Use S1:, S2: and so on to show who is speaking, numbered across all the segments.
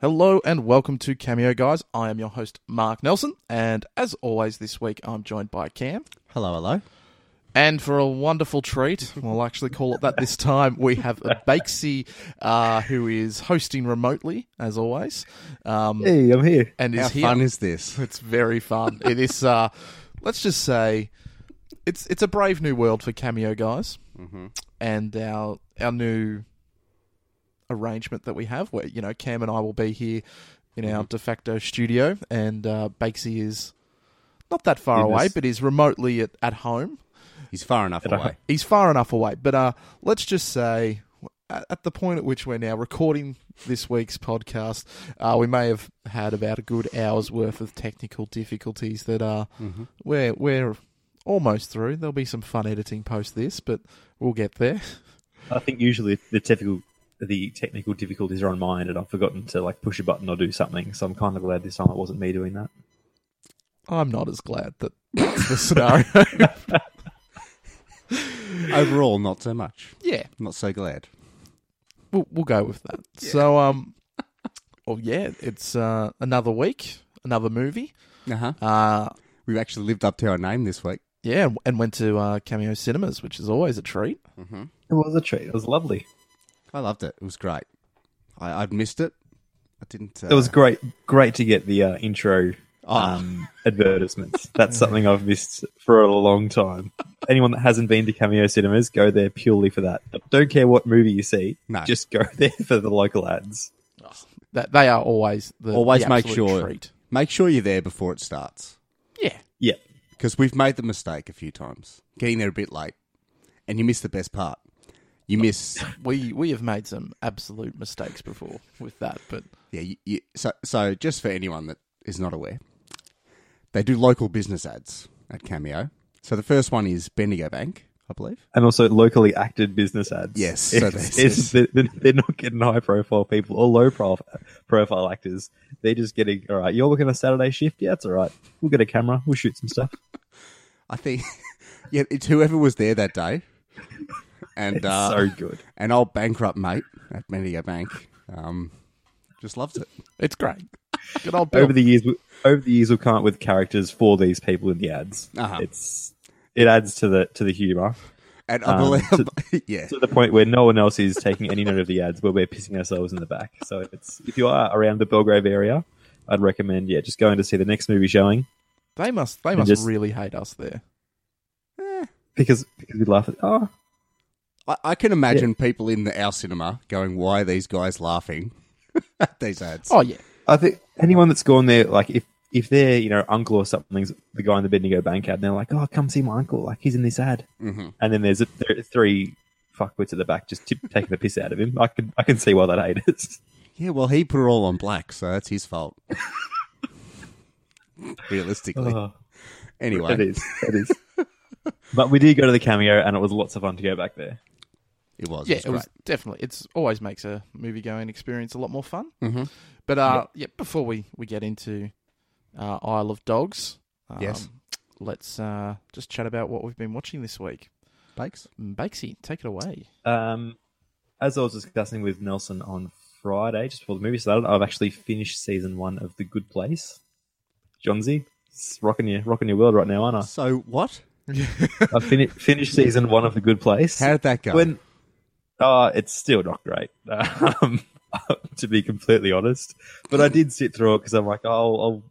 S1: Hello and welcome to Cameo, guys. I am your host, Mark Nelson, and as always, this week I'm joined by Cam.
S2: Hello, hello.
S1: And for a wonderful treat, we'll actually call it that this time, we have Bakesy, uh, who is hosting remotely, as always. Um,
S3: Hey, I'm here.
S1: and
S2: How
S1: is here.
S2: fun is this?
S1: It's very fun. it is, uh, let's just say, it's it's a brave new world for Cameo, guys.
S2: Mm-hmm.
S1: And our, our new arrangement that we have, where, you know, Cam and I will be here in
S2: Mm-hmm.
S1: our de facto studio, and uh, Bakesy is not that far
S2: In
S1: away,
S2: this-
S1: but is remotely at, at home.
S2: He's far enough away.
S1: he's far enough away. But uh, let's just say, at, at the point at which we're now recording this week's podcast, uh, we may have had about a good hour's worth of technical difficulties that uh, we're we're almost through. There'll be some fun editing post this, but we'll get there.
S3: I think usually the technical the technical difficulties are on mine, and I've forgotten to like push a button or do something. So I'm kind of glad this time it wasn't me doing that.
S1: I'm not as glad that that's the scenario.
S2: Overall, not so much.
S1: yeah.
S2: Not so glad.
S1: we'll, we'll go with that. So, um, well, yeah, it's uh, another week, another movie.
S2: Uh huh.
S1: Uh,
S2: We've actually lived up to our name this week.
S1: yeah, and- and went to uh, Cameo Cinemas, which is always a treat.
S3: It was a treat. It was lovely.
S2: I loved it. It was great. I, I'd missed it. I didn't. Uh,
S3: It was great. Great to get the uh, intro
S2: Ah.
S3: um, advertisements. That's something I've missed for a long time. Anyone that hasn't been to Cameo Cinemas, go there purely for that. Don't care what movie you see.
S2: No.
S3: Just go there for the local ads.
S1: That they are always the
S2: Always
S1: the
S2: make
S1: absolute
S2: sure
S1: treat.
S2: make sure you're there before it starts
S1: Yeah,
S3: Yeah.
S2: because we've made the mistake a few times getting there a bit late, and you miss the best part. You miss
S1: we we have made some absolute mistakes before with that, but
S2: yeah. You, you, so so just for anyone that is not aware, they do local business ads at Cameo. So the first one is Bendigo Bank, I believe.
S3: and also locally acted business ads.
S2: Yes, so there's
S3: it's, it's, they're, they're not getting high profile people or low profile profile actors. They're just getting all right. You're working a Saturday shift. Yeah, it's all right. We'll get a camera. We'll shoot some stuff.
S2: I think yeah, it's whoever was there that day, and
S3: It's
S2: uh,
S3: so good.
S2: an old bankrupt mate at Bendigo Bank, um, just loved it.
S1: it's great. Good old Bill.
S3: Over the years, we- over the years, we'll come up with characters for these people in the ads.
S2: Uh-huh.
S3: It's it adds to the to the humor
S2: And
S3: Um,
S2: I believe, yeah,
S3: to the point where no one else is taking any note of the ads, where we're pissing ourselves in the back. So it's if you are around the Belgrave area, I'd recommend yeah, just going to see the next movie showing.
S1: they must they must
S3: just-
S1: really hate us there.
S3: Because, because we laugh at oh
S2: I, I can imagine people in the, our cinema going, "Why are these guys laughing at these ads?"
S1: Oh yeah,
S3: I think anyone that's gone there, like if if their you know uncle or something's the guy in the Bendigo Bank ad, and they're like, "Oh, come see my uncle! Like he's in this ad,"
S2: hmm
S3: and then there's a, there are three fuckwits at the back just tip, taking the piss out of him. I can I can see why that hate is.
S2: yeah. Well, he put it all on black, so that's his fault. Realistically,
S3: Uh-huh. it
S2: anyway,
S3: is, it is. but we did go to the cameo, and it was lots of fun to go back there.
S2: it was.
S1: yeah,
S2: it
S1: it was
S2: great.
S1: definitely. It's always makes a movie going experience a lot more fun.
S2: Mhm.
S1: But uh, yeah, before we we get into uh, Isle of Dogs, um,
S2: Yes.
S1: let's uh, just chat about what we've been watching this week. Mm,
S2: Bakes.
S1: Bakesy, take it away.
S3: Um, as I was discussing with Nelson on Friday, just before the movie started, I've actually finished season one of The Good Place. John Z, rocking your rocking your world right now, aren't I?
S2: So what?
S3: I fin- finished season one of The Good Place.
S2: How did that go?
S3: When, uh, it's still not great, um, to be completely honest. But I did sit through it because I'm like, oh, I'll,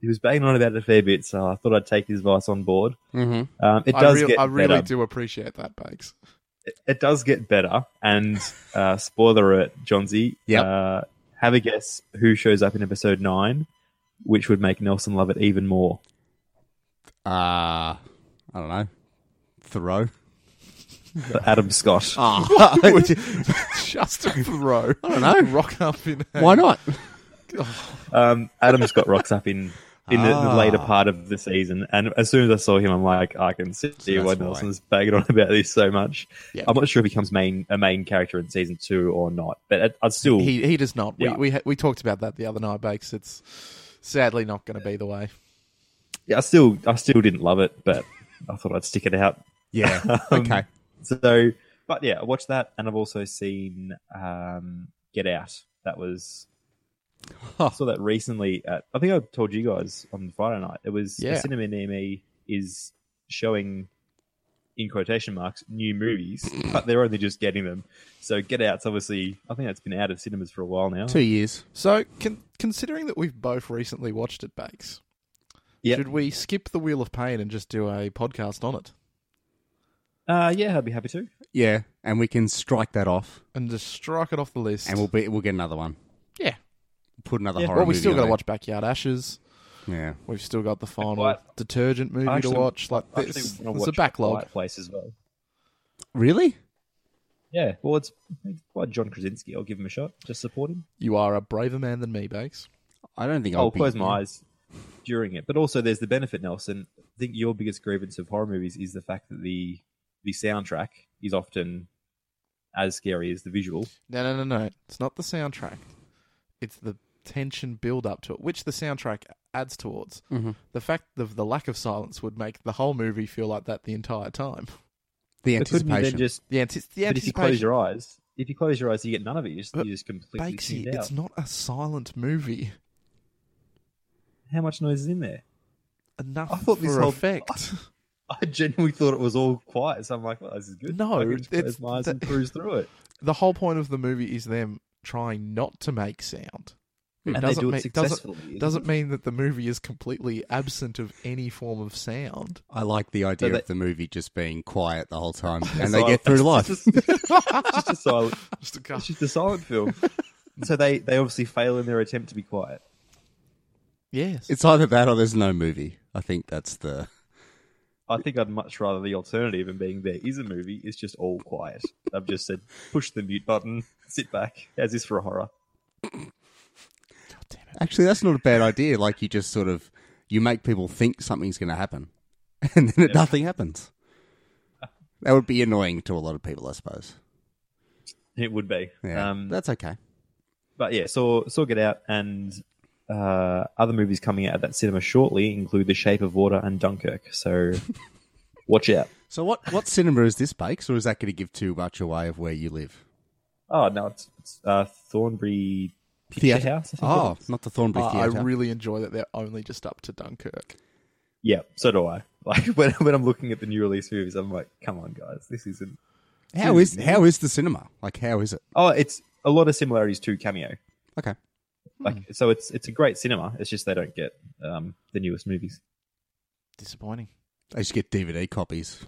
S3: he was banging on about it a fair bit, so I thought I'd take his advice on board.
S2: Mhm.
S3: Um, it
S1: I,
S3: does
S1: real-
S3: get
S1: I really
S3: better.
S1: do appreciate that, Bakes.
S3: It, it does get better. And uh, spoiler alert, Johnsy.
S2: Yep.
S3: Uh, have a guess who shows up in episode nine, which would make Nelson love it even more.
S2: Uh, I don't know. Thoreau.
S3: Adam Scott.
S1: Oh,
S2: Ah,
S1: Just a throw. I don't
S2: know.
S1: Rock up in. a-
S2: why not?
S3: Um, Adam Scott rocks up in in the, the
S2: Ah.
S3: later part of the season, and as soon as I saw him, I'm like, I can see
S2: that's
S3: why
S2: why.
S3: Nelson's bagging on about this so much.
S1: Yeah.
S3: I'm not sure if he becomes main a main character in season two or not, but I- I'd still
S1: He he does not.
S3: Yeah.
S1: We we ha- we talked about that the other night, Bakes. It's sadly not going to be the way.
S3: yeah, I still I still didn't love it, but I thought I'd stick it out.
S2: Yeah.
S3: Um,
S2: Okay.
S3: So, but yeah, I watched that, and I've also seen um, Get Out. That was I saw that recently. At, I think I told you guys on Friday night. It was
S1: Yeah.
S3: a cinema near me is showing in quotation marks new movies, but they're only just getting them. So Get Out's obviously. I think that's been out of cinemas for a while now.
S2: Two years.
S1: So, con- considering that we've both recently watched it, Bakes,
S3: Yep.
S1: should we skip the Wheel of Pain and just do a podcast on it
S3: Uh, yeah, I'd be happy to.
S2: Yeah, and we can strike that off,
S1: and just strike it off the list?
S2: and we'll be we'll get another one.
S1: yeah.
S2: Put another
S3: Yeah.
S2: horror.
S1: Well, we
S2: movie
S1: still
S2: on
S1: got to
S2: there.
S1: watch Backyard Ashes.
S2: Yeah,
S1: We've still got the final
S3: Quiet-
S1: detergent movie
S3: I actually-
S1: to watch. Like
S3: I
S1: this,
S3: actually
S1: there's
S3: wanna
S1: a
S3: watch
S1: backlog.
S3: Quiet Place as well.
S2: really?
S3: Yeah, well, it's it's by John Krasinski. I'll give him a shot. Just support him.
S1: You are a braver man than me, Bakes.
S2: I don't think I'll,
S3: I'll,
S2: be-
S3: Oh, close my eyes during it. But also, there's the benefit, Nelson. I think your biggest grievance of horror movies is the fact that the the soundtrack is often as scary as the visual.
S1: No, no, no, no. It's not the soundtrack. It's the tension build up to it, which the soundtrack adds towards.
S3: Mm-hmm.
S1: The fact of the lack of silence would make the whole movie feel like that the entire time.
S2: The
S3: But couldn't you then
S2: anticipation.
S3: just?
S1: The, anti- the
S3: But if you close
S1: anticipation.
S3: your eyes, if you close your eyes, you get none of it. You just,
S1: But
S3: you just completely
S1: Bakesy,
S3: tuned out.
S1: it's not a silent movie.
S3: How much noise is in there?
S1: Enough
S3: I thought
S1: for
S3: this whole-
S1: effect.
S3: I genuinely thought it was all quiet, so I'm like, well, this is good.
S1: No,
S3: I can just
S1: it's-
S3: close my eyes and cruise through it.
S1: the whole point of the movie is them trying not to make sound.
S2: And
S3: Hmm. And they
S1: doesn't
S3: do it
S1: make- doesn't-
S3: successfully. isn't
S1: Doesn't
S3: it?
S1: mean that the movie is completely absent of any form of sound.
S2: I like the idea
S3: they-
S2: of the movie just being quiet the whole time, and they
S3: Silent.
S2: get through life.
S3: It's just, it's just a silent.
S1: Just a
S3: It's just a silent film. so they, they obviously fail in their attempt to be quiet.
S1: Yes.
S2: It's either that or there's no movie. I think that's the.
S3: I think I'd much rather the alternative in being there is a movie. It's just all quiet. I've just said push the mute button, sit back. How's this for a horror?
S2: Actually, that's not a bad idea. Like you just sort of you make people think something's going to happen, and then nothing happens. That would be annoying to a lot of people, I suppose.
S3: It would be.
S2: Yeah,
S3: Um,
S2: that's okay.
S3: but yeah, saw saw Get Out and uh, other movies coming out of that cinema shortly include The Shape of Water and Dunkirk. So watch out.
S2: So what what cinema is this, Bakes, or is that going to give too much away of where you live?
S3: Oh no, it's, it's uh, Thornbury Picture
S2: Theatre-
S3: House. I think it
S2: Oh,
S3: is.
S2: not the Thornbury
S1: Uh, I- I
S2: Theatre.
S1: really enjoy that they're only just up to Dunkirk.
S3: yeah. So do I. Like when, when I'm looking at the new release movies, I'm like, come on, guys, this isn't.
S2: how is how is the cinema? Like how is it?
S3: Oh, it's a lot of similarities to Cameo.
S2: Okay,
S3: Like so, it's it's a great cinema. It's just they don't get um, the newest movies.
S1: Disappointing.
S2: they just get DVD copies.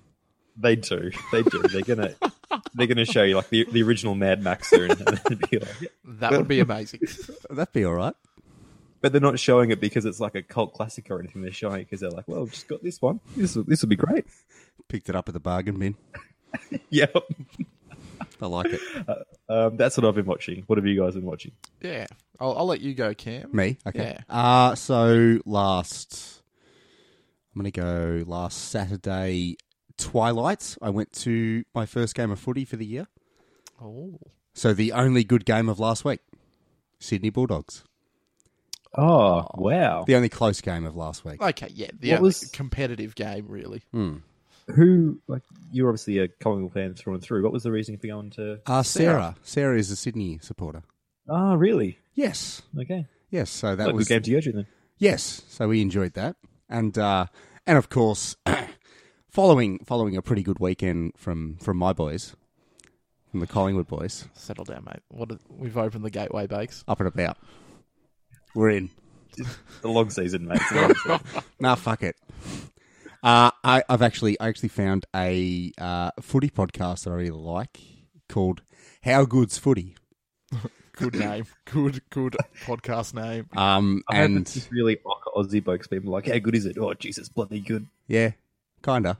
S3: They do. They do. They're gonna they're gonna show you like the, the original Mad Max soon, and then be like,
S1: That would be amazing.
S2: That'd be all right.
S3: but they're not showing it because it's like a cult classic or anything. They're showing it because they're like, well, I've just got this one. This will- this will be great.
S2: Picked it up at the bargain bin.
S3: Yep.
S2: I like it.
S3: Um, that's what I've been watching. What have you guys been watching?
S1: yeah. I'll, I'll let you go, Cam.
S2: Me? Okay. Uh so last I'm gonna go last Saturday Twilight. I went to my first game of footy for the year.
S1: Oh.
S2: So the only good game of last week. Sydney Bulldogs.
S3: Oh wow!
S2: The only close game of last week.
S1: Okay, yeah. The
S3: What
S1: only
S3: was-
S1: competitive game, really.
S3: Who like you're obviously a Collingwood fan through and through. What was the reason for going to?
S2: Uh Sarah. Sarah is a Sydney supporter.
S3: Ah, really?
S2: Yes.
S3: Okay,
S2: Yes. So that
S3: that
S2: was
S3: was good game to go to then.
S2: Yes, so we enjoyed that, and uh, and of course, following following a pretty good weekend from from my boys, from the Collingwood boys,
S1: Settle down, mate. What a, we've opened the gateway, Bakes.
S2: up and about. We're in.
S3: The long season, mate. It's a long season.
S2: Nah, fuck it. Uh, I, I've actually I actually found a uh, footy podcast that I really like called How Good's Footy.
S1: Good name. Good, good podcast name.
S2: Um,
S3: I hope it's
S2: and
S3: just really awk- Aussie blokes being like, "How good is it? Oh, Jesus, bloody good."
S2: yeah, kinda,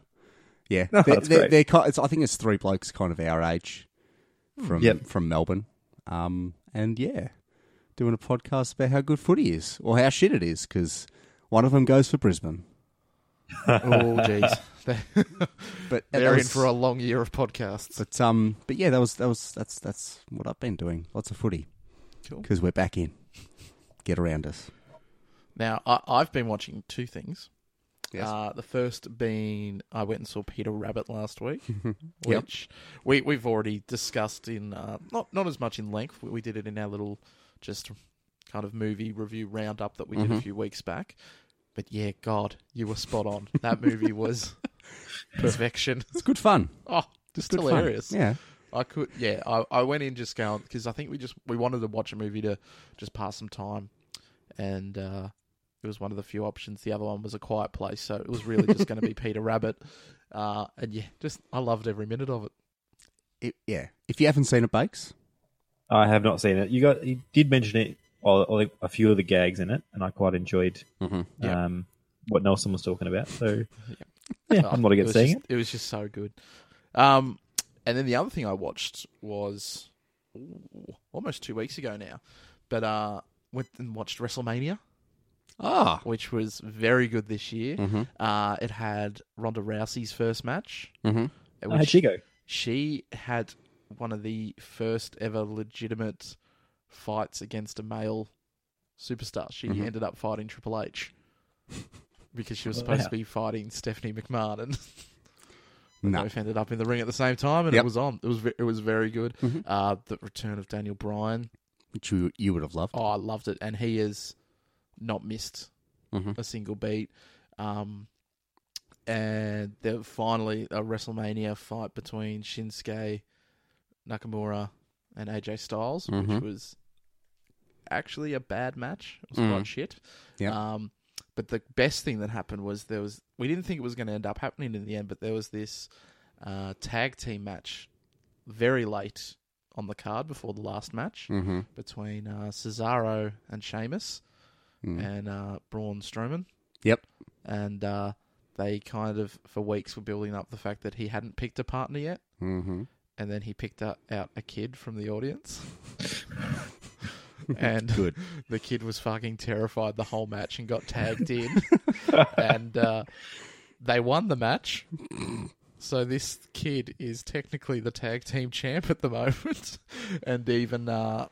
S2: yeah.
S3: No,
S2: they're,
S3: that's
S2: they're,
S3: great.
S2: they're ki- it's, I think it's three blokes kind of our age from
S3: Yep.
S2: from Melbourne. Um, and yeah, doing a podcast about how good footy is or how shit it is because one of them goes for Brisbane.
S1: Oh, jeez. They're,
S2: But that
S1: they're in
S2: was-
S1: for a long year of podcasts.
S2: But um, but yeah, that was that was that's that's what I've been doing. Lots of footy
S1: Cool.
S2: because we're back in. Get around us.
S1: Now, I, I've been watching two things.
S2: Yes.
S1: Uh, the first being I went and saw Peter Rabbit last week,
S2: Yep.
S1: which we we've already discussed in uh, not not as much in length. We, we did it in our little just kind of movie review roundup that we
S2: Mm-hmm.
S1: did a few weeks back. But yeah, God, you were spot on. That movie was perfection.
S2: It's good fun.
S1: Oh, just
S2: Good fun.
S1: hilarious.
S2: Yeah.
S1: I could, yeah. I, I went in just going because I think we just we wanted to watch a movie to just pass some time, and uh, it was one of the few options. The other one was a quiet place, so it was really just going to be Peter Rabbit, uh, and yeah, just I loved every minute of it.
S2: It, yeah. If you haven't seen it, Bakes,
S3: I have not seen it. You got you did mention it or, or a few of the gags in it, and I quite enjoyed
S1: Yeah.
S3: um, what Nelson was talking about. So yeah,
S1: Oh,
S3: I'm not
S1: it
S3: against
S1: was
S3: seeing
S1: just- It was just so good. Um, and then the other thing I watched was ooh, almost two weeks ago now, but uh, went and watched WrestleMania.
S2: ah,
S1: which was very good this year. Uh, it had Ronda Rousey's first match. uh,
S2: Mhm.
S3: it.
S1: which
S3: How'd she go?
S1: she had one of the first ever legitimate fights against a male superstar. She ended up fighting Triple H because she was supposed
S3: Wow.
S1: to be fighting Stephanie McMahon, and they
S2: no.
S1: both ended up in the ring at the same time, and
S2: Yep.
S1: it was on. It was ve- it was very good. Uh, the return of Daniel Bryan.
S2: Which you, you would have loved.
S1: Oh, I loved it, and he has not missed
S2: Mhm.
S1: a single beat. Um, and there finally a WrestleMania fight between Shinsuke Nakamura and AJ Styles, which was actually a bad match. It was quite shit.
S2: Yep.
S1: Um, but the best thing that happened was there was we didn't think it was going to end up happening in the end, but there was this uh, tag team match very late on the card before the last match
S2: Mm-hmm.
S1: between uh, Cesaro and Sheamus
S2: Mm.
S1: and uh, Braun Strowman.
S2: Yep.
S1: And uh, they kind of, for weeks, were building up the fact that he hadn't picked a partner yet.
S2: Mm-hmm.
S1: And then he picked up, out a kid from the audience. and
S2: Good.
S1: the kid was fucking terrified the whole match and got tagged in. and uh, they won the match. So this kid is technically the tag team champ at the moment, and even uh,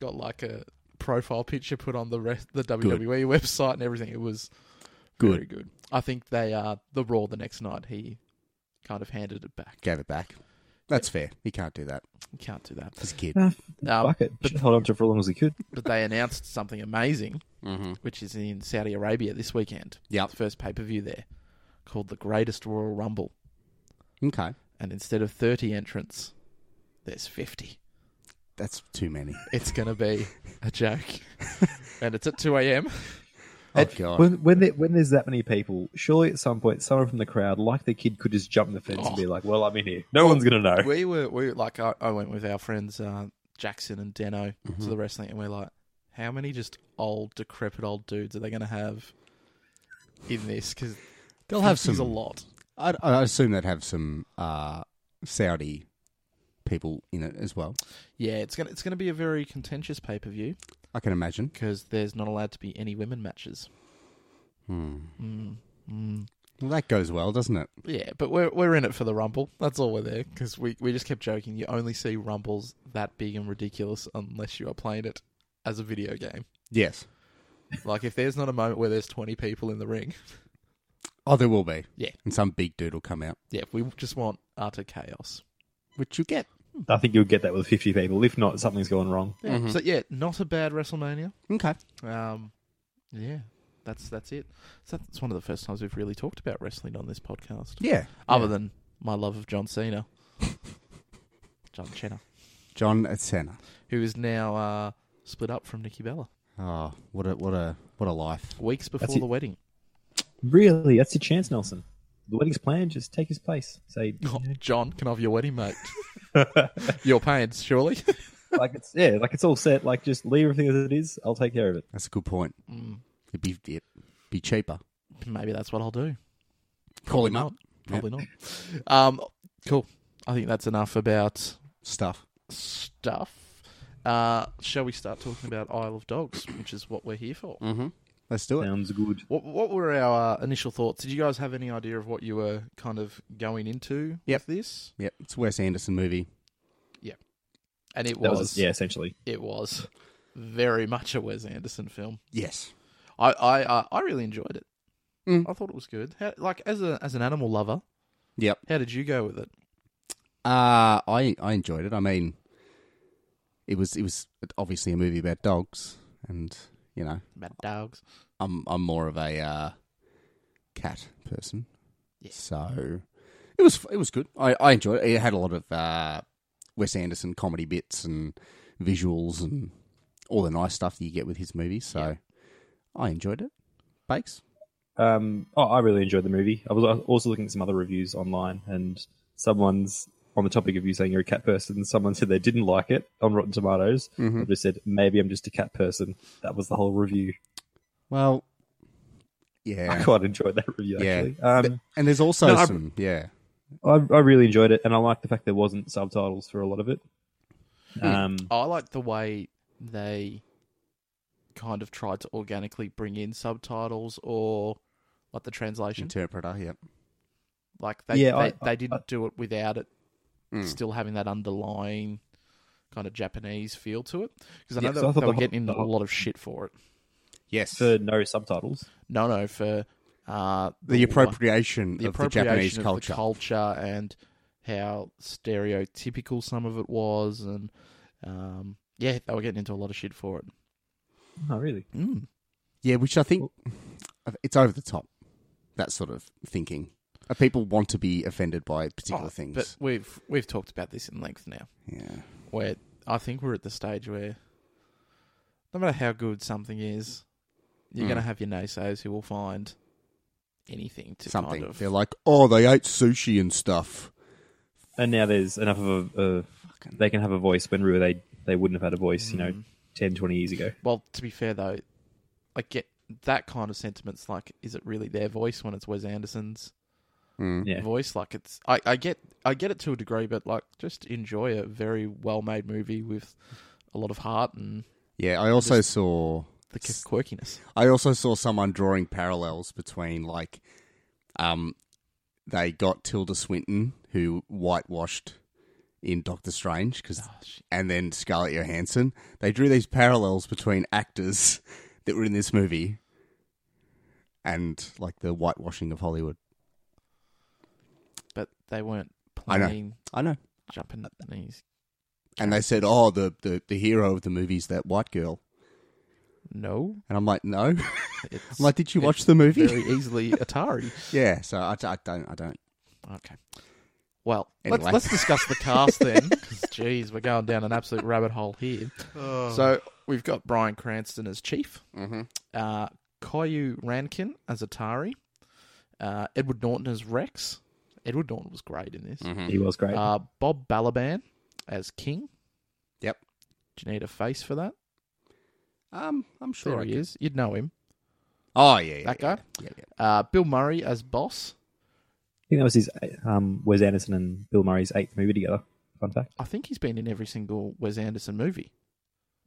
S1: got like a profile picture put on the rest, the WWE website and everything. It was very
S2: Good.
S1: good. I think they uh, the Raw the next night he kind of handed it back.
S2: Gave it back. That's fair. He can't do that.
S1: You can't do that.
S2: He's a kid.
S1: Um,
S3: Fuck it. Should hold on to it for as long as he could.
S1: but they announced something amazing,
S2: Mm-hmm.
S1: which is in Saudi Arabia this weekend.
S2: Yep.
S1: the first pay per view there, called the Greatest Royal Rumble.
S2: Okay.
S1: and instead of 30 entrants, there's 50.
S2: That's too many.
S1: It's going to be a joke. and it's at 2 a.m.
S2: Oh, God.
S3: When when, there, when there's that many people, surely at some point someone from the crowd, like the kid, could just jump the fence and be like, "Well, I'm in here. No one's gonna
S2: Oh.
S3: know."
S1: We were, we were- like, I, I went with our friends uh, Jackson and Deno
S2: Mm-hmm.
S1: to the wrestling, and we're like, how many just old, decrepit old dudes are they going to have in this? Because
S2: They'll have
S1: a
S2: some.
S1: lot.
S2: I, I assume they'd have some uh, Saudi people in it as well.
S1: Yeah, it's gonna it's gonna be a very contentious pay per view
S2: I can imagine.
S1: because there's not allowed to be any women matches.
S2: Hmm. Mm-hmm. Well, that goes well, doesn't it?
S1: Yeah, but we're we're in it for the rumble. That's all we're there because we we just kept joking. You only see rumbles that big and ridiculous unless you are playing it as a video game.
S2: Yes.
S1: Like if there's not a moment where there's twenty people in the ring,
S2: Oh, there will be.
S1: Yeah.
S2: And some big dude will come out,
S1: yeah, we just want utter chaos.
S2: which you get.
S3: I think you'll get that with 50 people. If not, something's gone wrong.
S1: Yeah. So yeah, not a bad WrestleMania.
S2: Okay.
S1: Um, yeah, that's that's it. So that's one of the first times we've really talked about wrestling on this podcast,
S2: Yeah.
S1: other than my love of John Cena, John Cena,
S2: John at Senna.
S1: who is now uh, split up from Nikki Bella
S2: Oh, what a what a what a life.
S1: weeks before
S3: it.
S1: the wedding.
S3: Really, that's your chance, Nelson. The wedding's planned. Just take his place. Say,
S1: Oh, John, can I have your wedding, mate? You're paying, surely.
S3: like it's yeah, like it's all set. Like just leave everything as it is. I'll take care of it.
S2: That's a good point. It'd be it'd be cheaper.
S1: Maybe that's what I'll do.
S2: Call him
S1: Not.
S2: up.
S1: Probably not. Um, cool. I think that's enough about
S2: Stuff.
S1: stuff. Uh, shall we start talking about Isle of Dogs, which is what we're here for?
S2: Let's do it.
S3: Sounds good.
S1: What, what were our uh, initial thoughts? Did you guys have any idea of what you were kind of going into
S2: Yep.
S1: with this?
S2: Yep. It's a Wes Anderson movie.
S1: And it
S3: That
S1: was,
S3: was, yeah, essentially.
S1: it was very much a Wes Anderson film.
S2: Yes.
S1: I I, uh, I really enjoyed it.
S2: Mm.
S1: I thought it was good. How, like as a as an animal lover,
S2: Yep.
S1: how did you go with it?
S2: Uh I I enjoyed it. I mean, it was it was obviously a movie about dogs, and you know,
S1: Mad dogs.
S2: I'm I'm more of a uh, cat person.
S1: Yeah.
S2: So it was it was good. I, I enjoyed it. It had a lot of uh, Wes Anderson comedy bits and visuals and all the nice stuff that you get with his movies. So I enjoyed it. Bakes.
S3: Um, oh, I really enjoyed the movie. I was also looking at some other reviews online, and someone's on the topic of you saying you're a cat person. Someone said they didn't like it on Rotten Tomatoes.
S2: Hmm.
S3: I just said maybe I'm just a cat person. That was the whole review.
S2: Well,
S3: I
S2: yeah,
S3: quite enjoyed that review
S2: yeah.
S3: actually. Um,
S2: and there's also
S1: No, I-
S2: some yeah.
S3: I, I really enjoyed it, and I like the fact there wasn't subtitles for a lot of it.
S2: Hmm.
S3: Um,
S1: I like the way they kind of tried to organically bring in subtitles or like the translation.
S2: Interpreter, yep.
S1: Like they
S3: Yeah,
S1: they,
S3: I-
S1: they didn't do it without it
S2: Mm.
S1: still having that underlying kind of Japanese feel to it. Because I know
S3: Yeah, 'cause
S1: they,
S3: I thought
S1: they
S3: the
S1: were
S3: whole-
S1: getting
S3: the
S1: a
S3: whole-
S1: lot of shit for it.
S2: Yes.
S3: for no subtitles.
S1: No, no, for uh,
S2: the appropriation of the Japanese
S1: of
S2: culture.
S1: the culture, and how stereotypical some of it was, and um, yeah, they were getting into a lot of shit for it.
S3: Oh, really?
S1: Mm.
S2: yeah, which I think it's over the top. That sort of thinking. Uh, People want to be offended by particular
S1: Oh,
S2: things.
S1: But we've we've talked about this in length now.
S2: yeah.
S1: Where I think we're at the stage where no matter how good something is, you're
S2: Mm.
S1: going to have your naysayers who will find anything to
S2: Something.
S1: kind of
S2: They're like, oh, they ate sushi and stuff.
S3: And now there's enough of a. a
S2: Fucking-
S3: they can have a voice when really they, they wouldn't have had a voice, you know, 10, 20 years ago.
S1: Well, to be fair though, I get that kind of sentiments. Like, is it really their voice when it's Wes Anderson's Hmm.
S2: Mm.
S3: Yeah.
S1: voice? Like, it's I, I get I get it to a degree, but like, just enjoy a very well made movie with a lot of heart and
S2: Yeah, I also saw
S1: the quirkiness.
S2: I also saw someone drawing parallels between like, um, they got Tilda Swinton who whitewashed in Doctor Strange because,
S1: Ah,
S2: and then Scarlett Johansson. They drew these parallels between actors that were in this movie and like the whitewashing of Hollywood.
S1: But they weren't
S2: I know.
S1: playing
S2: I know.
S1: jumping knees.
S2: And they said, "Oh, the the, the hero of the movie is that white girl,"
S1: No,
S2: and I'm like, "No."
S1: it's
S2: I'm like, "Did you
S1: it's
S2: watch the movie?"
S1: Very easily Atari.
S2: yeah. So I, I don't. I don't.
S1: Okay. Well,
S2: Anyway.
S1: let's, let's discuss the cast then. 'cause, Jeez, we're going down an absolute rabbit hole here. So we've got Brian Cranston as Chief,
S2: Mhm.
S1: uh, Caillou Rankin as Atari, uh, Edward Norton as Rex. Edward Norton was great in this.
S2: Mm. mm-hmm.
S3: He was great.
S1: Uh, Bob Balaban as King.
S2: Yep.
S1: Do you need a face for that?
S2: Um, I'm
S1: There
S2: sure I
S1: he
S2: could-
S1: is. You'd know him.
S2: Oh yeah, yeah
S1: That
S2: yeah,
S1: guy?
S2: Yeah, yeah.
S1: Uh, Bill Murray as Boss.
S3: I think that was his um, Wes Anderson and Bill Murray's eighth movie together. Fun fact.
S1: I think he's been in every single Wes Anderson movie.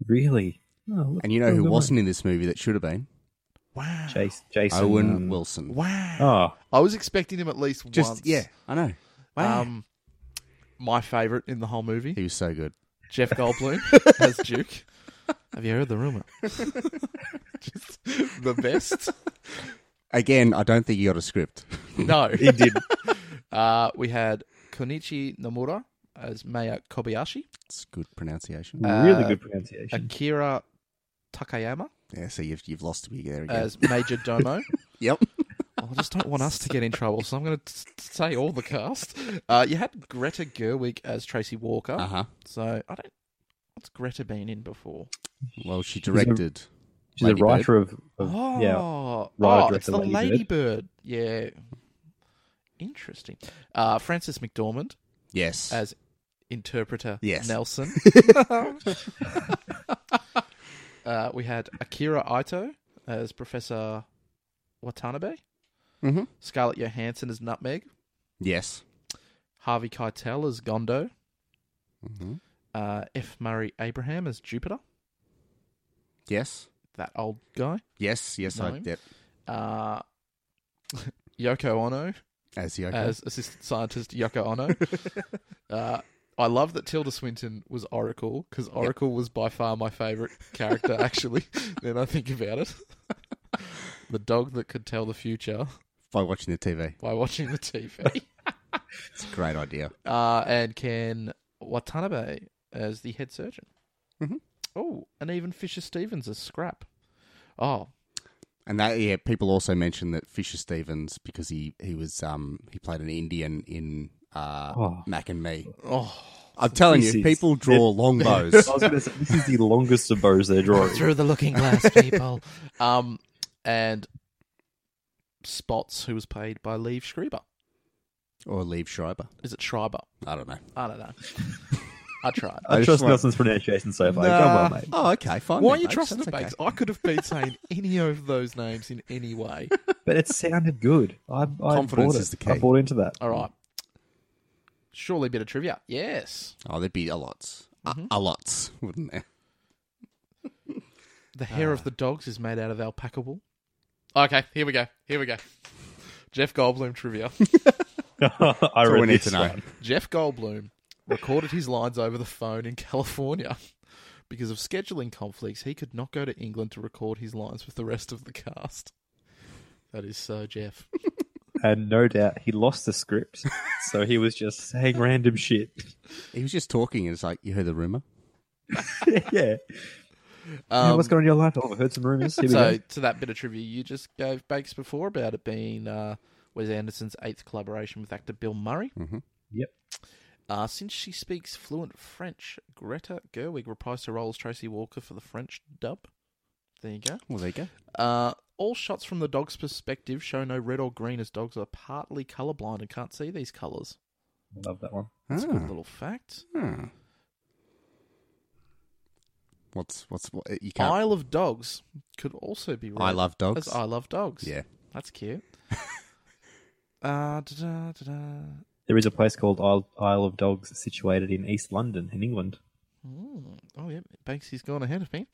S3: Really? Oh,
S2: And you know who wasn't in this movie that should have been?
S1: Wow.
S3: Jason. Jason
S2: Owen
S3: um,
S2: Wilson.
S1: Wow.
S3: Oh,
S1: I was expecting him at least
S2: Just
S1: once.
S2: yeah, I know.
S1: Um, my favorite in the whole movie,
S2: He was so good.
S1: Jeff Goldblum as Duke. Have you heard the rumor? Just the best.
S2: Again, I don't think he got a script.
S1: No,
S3: he did.
S1: uh, we had Konichi Nomura as Maya Kobayashi,
S2: It's good pronunciation.
S3: really
S1: Uh,
S3: good pronunciation.
S1: Akira Takayama
S2: yeah, so you've you've lost me there again.
S1: as Major Domo. Oh,
S2: yep.
S1: I just don't want us to get in trouble, so I'm going to say all the cast. Uh, you had Greta Gerwig as Tracy Walker.
S3: Ah.
S2: Uh huh.
S1: So I don't. What's Greta been in before?
S2: Well, she directed.
S3: She's a
S2: Lady Bird.
S3: writer of, of
S1: Oh,
S3: yeah.
S1: oh
S3: Greta
S1: it's the
S3: Ladybird.
S1: Ladybird. Yeah. Interesting. Uh, Frances McDormand
S2: Yes.
S1: as interpreter
S2: Yes.
S1: Nelson. uh, we had Akira Ito as Professor Watanabe,
S2: mm-hmm.
S1: Scarlett Johansson as Nutmeg,
S2: Yes.
S1: Harvey Keitel as Gondo,
S2: Mm-hmm.
S1: uh, F. Murray Abraham as Jupiter,
S2: Yes.
S1: that old guy,
S2: Yes. Yes. I
S1: No.
S2: yep.
S1: uh, Yoko Ono
S2: As Yoko.
S1: as assistant scientist Yoko Ono. uh, I love that Tilda Swinton was Oracle because Oracle was by far my favourite character, actually, then I think about it. the dog that could tell the future
S2: by watching the TV.
S1: by watching the TV.
S2: It's a great idea.
S1: uh, and Ken Watanabe as the head surgeon.
S2: Mhm.
S1: Oh, and even Fisher Stevens is scrap. Oh,
S2: And that yeah, people also mentioned that Fisher Stevens because he he was um he played an Indian in uh
S3: Oh.
S2: Mac and Me.
S1: oh,
S2: I'm telling
S3: This
S2: you,
S3: is-
S2: people draw long
S3: I
S2: bows.
S3: was going to say, this is the longest of bows they're drawing.
S1: through the looking glass, people. um, and Spots, who was paid by Liev Schreiber.
S2: or leave Schreiber.
S1: Is it Schreiber?
S2: I don't know.
S1: I don't know. I tried.
S3: I,
S2: I just
S3: trust
S2: want-
S3: Nelson's pronunciation so far. You've done well,
S2: Nah.
S3: mate.
S2: Oh, okay, fine.
S1: Why are
S2: then,
S1: you
S2: Bakes,
S1: trusting the
S2: that's
S1: Bakes?
S2: okay.
S1: I could have been saying any of those names in any way.
S3: But it sounded good. I, I
S2: Confidence
S3: bought it.
S2: is the key.
S3: I bought into that.
S1: All right. Surely a bit of trivia. Yes.
S2: Oh, there'd be a lot.
S1: Mm-hmm.
S2: A, a lot, wouldn't there?
S1: The hair
S2: Ah.
S1: of the dogs is made out of alpaca wool. Okay, here we go. Here we go. Jeff Goldblum trivia.
S3: I
S2: That's all we
S3: read
S2: need
S3: this
S2: to know.
S3: one.
S1: Jeff Goldblum recorded his lines over the phone in California. Because of scheduling conflicts, he could not go to England to record his lines with the rest of the cast. That is so Jeff.
S3: And no doubt he lost the script, so he was just saying random shit.
S2: He was just talking, and it's like you heard the rumor.
S3: yeah.
S1: Um,
S3: Yeah, what's going on in your life? Oh, I've heard some rumors. Here we
S1: So
S3: go.
S1: to that bit of trivia you just gave Bakes before about it being uh, Wes Anderson's eighth collaboration with actor Bill Murray.
S2: Mhm.
S3: Yep.
S1: Uh, since she speaks fluent French, Greta Gerwig reprised her role as Tracy Walker for the French dub. There you go.
S2: Well, there you go.
S1: Uh, all shots from the dog's perspective show no red or green as dogs are partly colorblind and can't see these colors.
S3: I love that one.
S1: That's a good
S2: Ah,
S1: little fact.
S2: ah. What's what's what? You can't.
S1: Isle of Dogs could also be read
S2: I love dogs.
S1: as I love dogs.
S2: yeah.
S1: That's cute. uh, da-da, da-da.
S3: There is a place called Isle, Isle of Dogs situated in East London, in England.
S1: Mm. Oh, yeah. Banksy's gone ahead of me.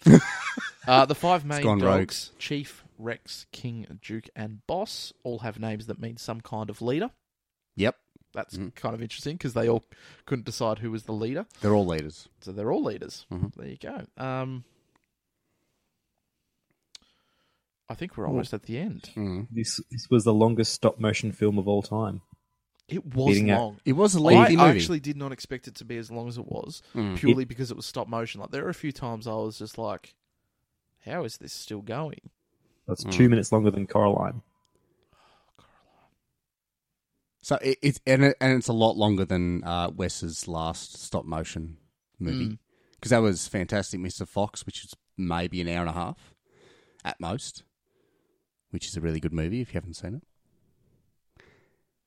S1: uh, the five main
S2: gone
S1: dogs
S2: rogue.
S1: Chief, Rex, King, Duke, and Boss all have names that mean some kind of leader.
S2: Yep.
S1: That's
S2: Mm.
S1: kind of interesting because they all couldn't decide who was the leader.
S2: They're all leaders.
S1: So they're all leaders.
S2: Mhm.
S1: There you go. Um, I think we're almost at the end.
S2: Mm.
S3: This this was the longest stop motion film of all time.
S1: It was
S3: Beating out-
S1: long.
S2: It was a
S1: I,
S2: lengthy
S1: I
S2: movie.
S1: actually did not expect it to be as long as it was,
S2: Mm.
S1: purely because it was stop motion. Like there are a few times I was just like, "How is this still going?"
S3: That's two
S1: Hmm.
S3: minutes longer than Coraline.
S2: So it, it's and, it, and it's a lot longer than uh, Wes's last stop motion
S1: Mm.
S2: movie because that was Fantastic Mr. Fox, which is maybe an hour and a half at most, which is a really good movie if you haven't seen it.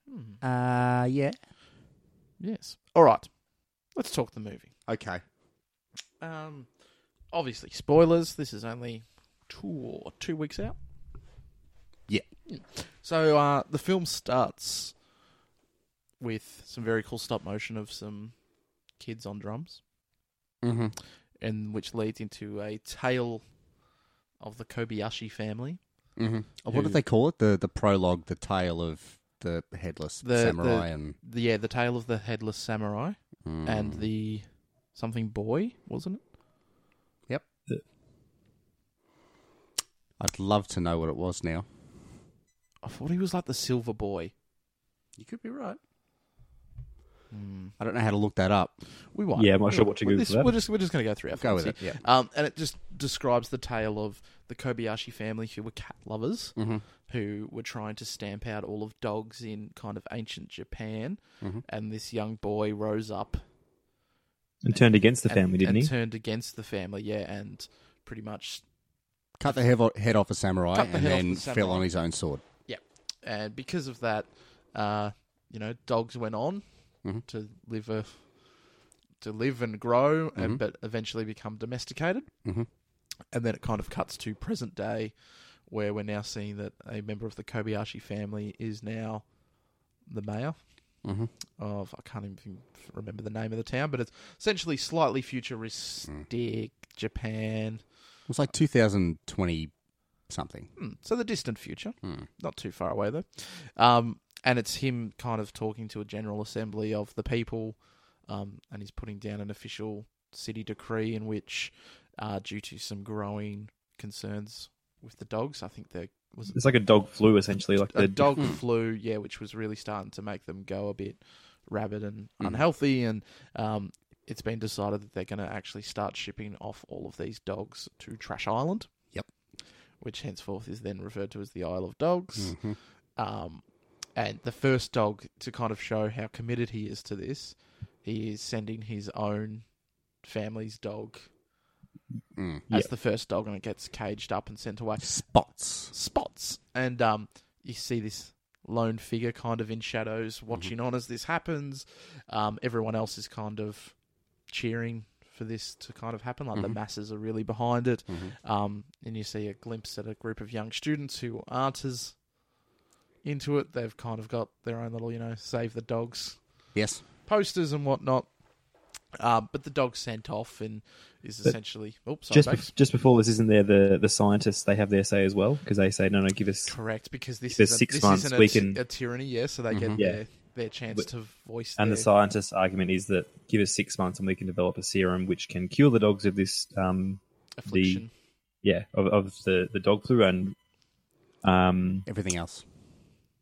S1: Hmm.
S2: Uh yeah.
S1: Yes. All right. Let's talk the movie.
S2: Okay.
S1: Um, obviously, spoilers. This is only two or two weeks out.
S2: Yeah.
S1: So uh, the film starts with some very cool stop motion of some kids on drums,
S2: Mm-hmm.
S1: and which leads into a tale of the Kobayashi family.
S2: Mm-hmm. what did they call it? The the prologue, the tale of the headless
S1: The-
S2: samurai,
S1: the-
S2: and
S1: The, yeah, the tale of the headless samurai
S2: Mm.
S1: and the something boy, wasn't it?
S2: I'd love to know what it was now.
S1: I thought he was like the silver boy.
S2: You could be right.
S1: Hmm.
S2: I don't know how to look that up.
S1: We won't.
S3: Yeah, I'm not
S1: We
S3: sure
S1: won't.
S3: what to
S1: Well,
S3: Google
S1: this-
S3: for that.
S1: We're just we're just going to go through our
S2: Go with
S1: fancy.
S2: it,
S1: Um, and it just describes the tale of the Kobayashi family who were cat lovers,
S2: Mm-hmm.
S1: who were trying to stamp out all of dogs in kind of ancient Japan,
S2: Mm-hmm.
S1: and this young boy rose up
S3: And turned against the
S1: and-
S3: family, didn't
S1: and
S3: he?
S1: Turned against the family, yeah, and pretty much
S2: Cut the head off, head off a samurai
S1: Cut the
S2: and
S1: head off
S2: then
S1: the
S2: fell
S1: samurai.
S2: on his own sword.
S1: Yeah, and because of that, uh, you know, dogs went on
S2: Mhm.
S1: to live a, to live and grow,
S2: Mm-hmm.
S1: and but eventually become domesticated.
S2: Mhm.
S1: And then it kind of cuts to present day, where we're now seeing that a member of the Kobayashi family is now the mayor
S2: Mhm.
S1: of I can't even remember the name of the town, but it's essentially slightly futuristic Japan.
S2: It was like 2020 something.
S1: Hmm, so the distant future,
S2: Hmm.
S1: not too far away though. Um, and it's him kind of talking to a general assembly of the people, um, and he's putting down an official city decree in which, uh, due to some growing concerns with the dogs, I think there was
S3: It's like a dog flu, essentially. Like
S1: a
S3: the
S1: dog flu, yeah, which was really starting to make them go a bit rabid and unhealthy, and um, it's been decided that they're going to actually start shipping off all of these dogs to Trash Island.
S2: Yep.
S1: Which henceforth is then referred to as the Isle of
S2: Hmm.
S1: Dogs.
S2: Mm-hmm.
S1: Um, and the first dog to kind of show how committed he is to this, he is sending his own family's dog
S2: Mm.
S1: as
S3: Yep.
S1: the first dog, and it gets caged up and sent away
S2: Spots.
S1: spots. And um, you see this lone figure kind of in shadows
S3: Mm-hmm.
S1: watching on as this happens. Um, everyone else is kind of cheering for this to kind of happen. Like the
S3: Mm-hmm.
S1: masses are really behind it. Um, and you see a glimpse at a group of young students who aren't as into it. They've kind of got their own little, you know, save the dogs
S2: Yes.
S1: posters and whatnot. Um, but the dog's sent off and is essentially. Oops, sorry,
S3: Just,
S1: Babes.
S3: bef- just before this, isn't there the, the scientists? They have their say as well because they say, no, no, give us.
S1: Correct, because this
S3: There's
S1: is a,
S3: six
S1: this
S3: months,
S1: isn't a,
S3: we
S1: ty-
S3: can- Mm-hmm.
S1: a tyranny, yeah, so they get
S3: Yeah.
S1: their, their chance
S3: But-
S1: to voice
S3: And
S1: their...
S3: the scientists' argument is that give us six months and we can develop a serum which can cure the dogs of this, um,
S1: affliction.
S3: yeah, of, of the, the dog flu and, um,
S2: Everything else.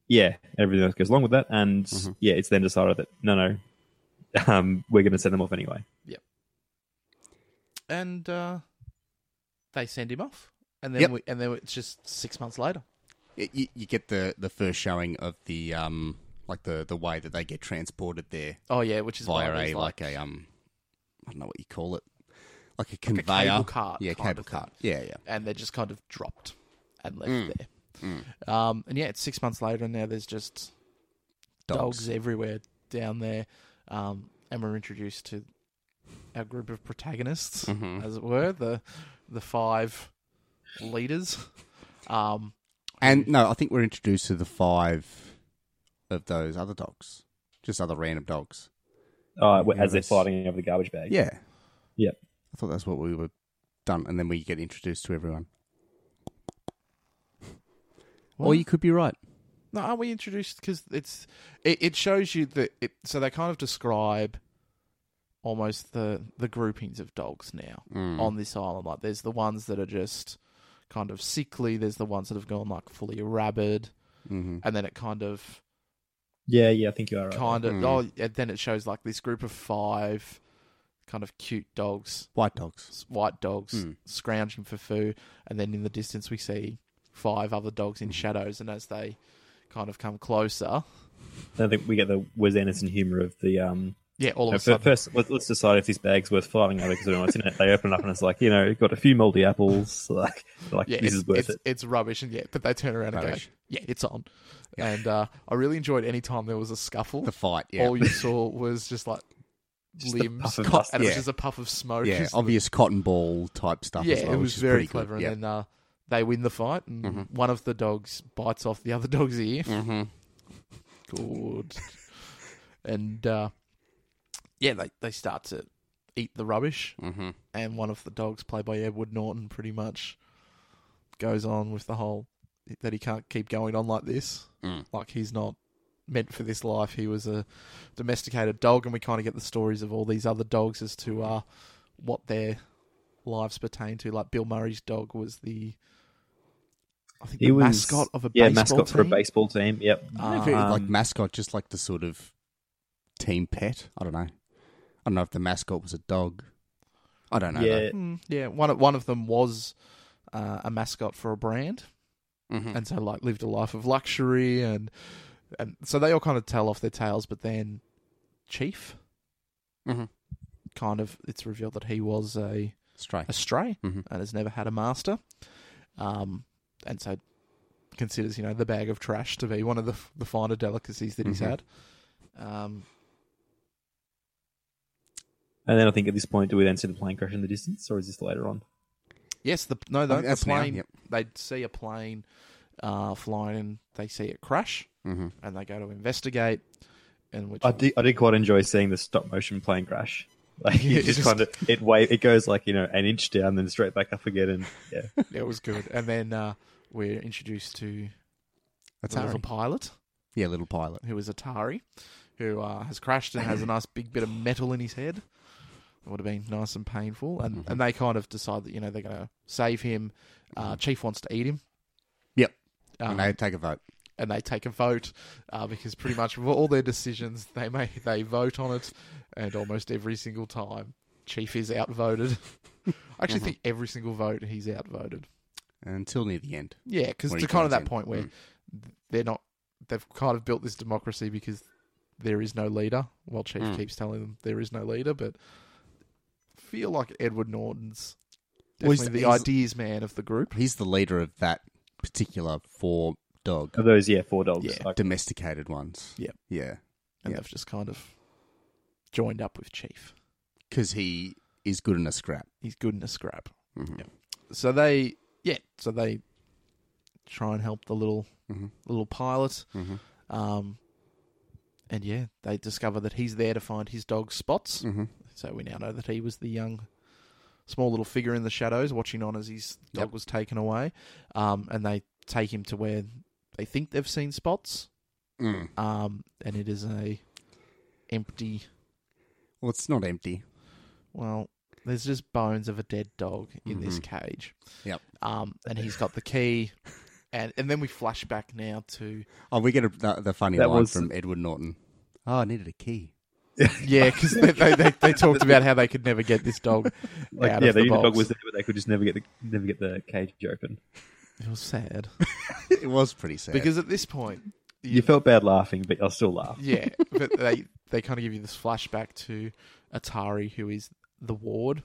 S3: yeah, everything else goes along with that. And
S1: Mm-hmm.
S3: yeah, it's then decided that no, no, um, we're going to send them off anyway.
S1: And uh, they send him off. And then
S2: Yep.
S1: we, and then it's just six months later.
S2: Y- You, you get the, the first showing of the um like the, the way that they get transported there
S1: Oh yeah, which is why
S2: via
S1: it was
S2: a
S1: like
S2: like a um I don't know what you call it like a
S1: a
S2: conveyor
S1: cable cart
S2: yeah
S1: kind
S2: cable
S1: of thing.
S2: cart Mm. yeah yeah
S1: and they're just kind of dropped and left there. Um, and yeah, it's six months later, and now there's just dogs, everywhere down there, um, and we're introduced to our group of protagonists, as it were, the the five leaders. Um,
S2: and no I think we're introduced to the five of those other dogs just other random dogs
S1: Oh,
S3: Uh, as they're
S2: Yes.
S3: fighting over the garbage bag.
S2: yeah
S3: Yep.
S2: I thought that's what we were done and then we get introduced to everyone or
S1: What?
S2: you could be right
S1: no, aren't we introduced? Because it's it, it shows you that it. So they kind of describe almost the the groupings of dogs now. on this island. Like there's the ones that are just kind of sickly, there's the ones that have gone like fully rabid,
S2: hmm
S1: and then it kind of
S3: yeah, yeah. I think you are right.
S1: kind of
S2: Hmm.
S1: oh and then it shows like this group of five kind of cute dogs,
S2: white dogs
S1: s- white dogs
S2: Hmm.
S1: scrounging for food, and then in the distance we see five other dogs
S2: Hmm.
S1: in shadows and as they kind of come closer,
S3: I think we get the Wes Anderson humor of the. Um,
S1: yeah, all of
S3: no,
S1: a
S3: fir-
S1: sudden
S3: first, let, let's decide if this bag's worth fighting over because I don't know what's in it. They open it up and it's like you know, got a few moldy apples. Like, like
S1: yeah, it's,
S3: this is worth
S1: it's,
S3: it.
S1: it's rubbish, and yeah, but they turn around
S2: Rubbish.
S1: and go, yeah, it's on. And uh, I really enjoyed any time there was a scuffle.
S2: the fight yeah
S1: all you saw was just like
S3: Just a
S1: limbs,
S3: puff of
S1: co-
S3: dust.
S1: and it was
S2: Yeah.
S1: just a puff of smoke.
S2: yeah,
S1: just-
S2: obvious cotton ball type stuff.
S1: yeah,
S2: as well,
S1: it
S2: which
S1: was
S2: is
S1: very
S2: pretty good.
S1: clever. And
S2: Yeah. Mm-hmm.
S1: then uh, they win the fight, and one of the dogs bites off the other dog's ear.
S2: Mhm.
S1: Good. and uh, yeah, they they start to eat the rubbish,
S2: Mm-hmm.
S1: and one of the dogs, played by Edward Norton, pretty much goes on with the whole that he can't keep going on like this.
S2: Mm.
S1: Like he's not meant for this life. He was a domesticated dog, and we kind of get the stories of all these other dogs as to uh, what their lives pertain to. Like Bill Murray's dog was the, I think,
S3: He
S1: the
S3: was-
S1: mascot of a
S3: yeah,
S1: baseball
S3: mascot for a
S1: team.
S3: baseball team. Yep.
S2: I don't know if it- like
S3: Um,
S2: mascot, just like the sort of team pet. I don't know. I don't know if the mascot was a dog. I don't know.
S3: yeah,
S1: Mm, yeah, one of, one of them was uh, a mascot for a brand,
S2: though. Mhm.
S1: and so like lived a life of luxury, and and so they all kind of tell off their tales. But then Chief,
S2: Mhm.
S1: kind of, it's revealed that he was a
S2: Stray.
S1: a stray
S2: Mhm.
S1: and has never had a master, um, and so considers you know the bag of trash to be one of the the finer delicacies that he's
S2: Mhm.
S1: had. Um,
S3: and then I think at this point, do we then see the plane crash in the distance, or is this later on?
S1: yes, the no,
S2: I
S1: the,
S2: think
S1: the
S2: Oh, that's now,
S1: plane
S2: yep.
S1: they'd see a plane uh, flying and they see it crash
S2: Mm-hmm.
S1: and they go to investigate. And which
S3: I did, I did quite enjoy seeing the stop motion plane crash. Like
S1: Yeah,
S3: it just
S1: just-
S3: kind of it wave it goes like you know an inch down then straight back up again and yeah
S1: it was good. And then uh, we're introduced to
S2: That's
S1: the little
S2: Harry.
S1: pilot
S2: Yeah, little pilot.
S1: who is Atari, who uh, has crashed and has a nice big bit of metal in his head. It would have been nice and painful. And,
S2: Mm-hmm.
S1: and they kind of decide that, you know, they're going to save him. Uh, Chief wants to eat him.
S2: Mm-hmm. Yep.
S1: Um,
S2: and they take a vote.
S1: and they take a vote uh, because pretty much of all their decisions they make they vote on it, and almost every single time Chief is outvoted. I
S2: Mm-hmm.
S1: actually think every single vote he's outvoted.
S2: until near the end.
S1: Yeah, because
S2: When
S1: to
S2: he
S1: kind of
S2: comes
S1: that
S2: in.
S1: point where they're not, they've kind of built this democracy because there is no leader. Well, Chief
S2: Mm.
S1: keeps telling them there is no leader, but feel like Edward Norton's
S2: Well, he's-
S1: definitely the
S2: he's-
S1: ideas man of the group.
S2: He's the leader of that particular four dog
S3: Of those, yeah, four dogs.
S1: Yeah.
S3: Like,
S2: domesticated ones.
S1: Yep.
S2: Yeah.
S1: And
S2: Yeah.
S1: they've just kind of joined up with Chief.
S2: Because he is good in a scrap.
S1: He's good in a scrap.
S2: Mhm.
S1: So they, yeah, so they try and help the little
S2: Mhm.
S1: little pilot.
S2: Mhm.
S1: Um, and yeah, they discover that he's there to find his dog Spots.
S2: Mhm.
S1: So we now know that he was the young, small little figure in the shadows, watching on as his dog
S2: Yep.
S1: was taken away. Um, and they take him to where they think they've seen Spots.
S2: Mm.
S1: Um, and it is a empty.
S2: Well, it's not empty.
S1: Well, there's just bones of a dead dog in this
S3: Mm-hmm.
S2: Mhm.
S1: cage.
S2: Yep.
S1: Um, and he's got the key. And, and then we flash back now to
S2: Oh, we get a, the, the funny
S3: That
S2: line
S3: was-
S2: from Edward Norton. Oh, I needed a key.
S1: yeah because they, they, they, they talked about how they could never get this dog
S3: like,
S1: out
S3: yeah,
S1: of the
S3: they knew the
S1: box.
S3: dog was there, but they could just never get the never get the cage open.
S1: It was sad
S2: it was pretty sad.
S1: because at this point,
S3: You felt bad laughing, but I still laugh.
S1: yeah, but they they kind of give you this flashback to Atari, who is the ward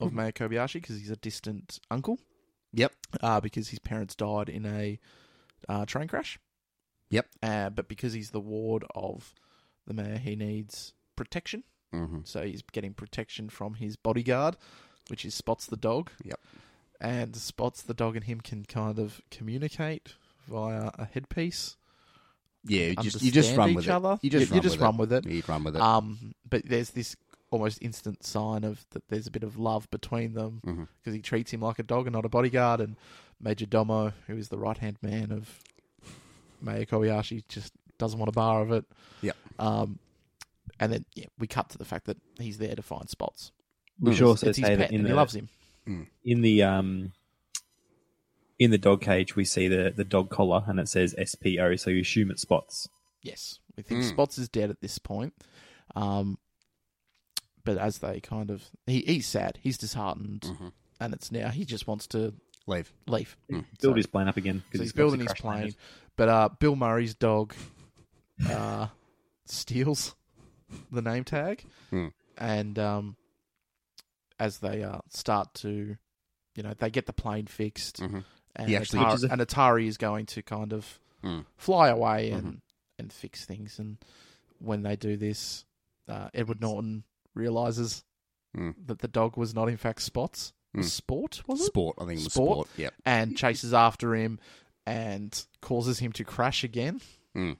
S1: of Mayor Kobayashi because he's a distant uncle.
S2: Mm-hmm. Yep.
S1: Uh, because his parents died in a uh, train crash.
S2: Yep.
S1: Uh, but because he's the ward of the mayor, he needs protection.
S2: hmm
S1: So he's getting protection from his bodyguard, which is Spots the dog.
S2: Yep.
S1: And Spots the dog and him can kind of communicate via a headpiece.
S2: Yeah, you just, you just
S1: understand
S2: run
S1: each
S2: with
S1: other.
S2: it. You just,
S1: You- you
S2: run,
S1: just
S2: with
S1: run
S2: it.
S1: with it.
S2: You run with it.
S1: Um, but there's this almost instant sign of that there's a bit of love between them because
S2: Mhm.
S1: he treats him like a dog and not a bodyguard. And Major Domo, who is the right hand man of Mayor Kobayashi, just doesn't want a bar of it.
S2: Yep.
S1: Um, and then yeah, we cut to the fact that he's there to find spots.
S3: We should
S2: Mm.
S3: also
S1: it's his
S3: say
S1: pet,
S3: that in
S1: and he
S3: the
S1: loves him.
S3: in the um in the dog cage we see the the dog collar and it says SPO, so you assume it spots.
S1: Yes, we think
S2: Mm.
S1: Spots is dead at this point. Um, but as they kind of, he, he's sad, he's disheartened,
S2: Mhm.
S1: and it's now he just wants to
S2: Leave.
S1: leave.
S2: Mm.
S3: Build
S1: So-
S3: his plane up again
S1: So
S3: because
S1: he's building his plane, but uh, Bill Murray's dog uh, steals the name tag,
S2: Hmm.
S1: and um, as they uh, start to, you know, they get the plane fixed,
S2: Mhm.
S1: and,
S2: He actually-
S1: Atari,
S3: Which is a-
S1: and Atari is going to kind of
S2: Mm.
S1: fly away
S2: Mm-hmm.
S1: and and fix things. And when they do this, uh, Edward Norton realizes
S2: Hmm.
S1: that the dog was not in fact Spots.
S2: Hmm.
S1: Sport was it?
S2: Sport, I think it was
S1: Sport.
S2: sport. Yep.
S1: and chases after him and causes him to crash again.
S2: Mm.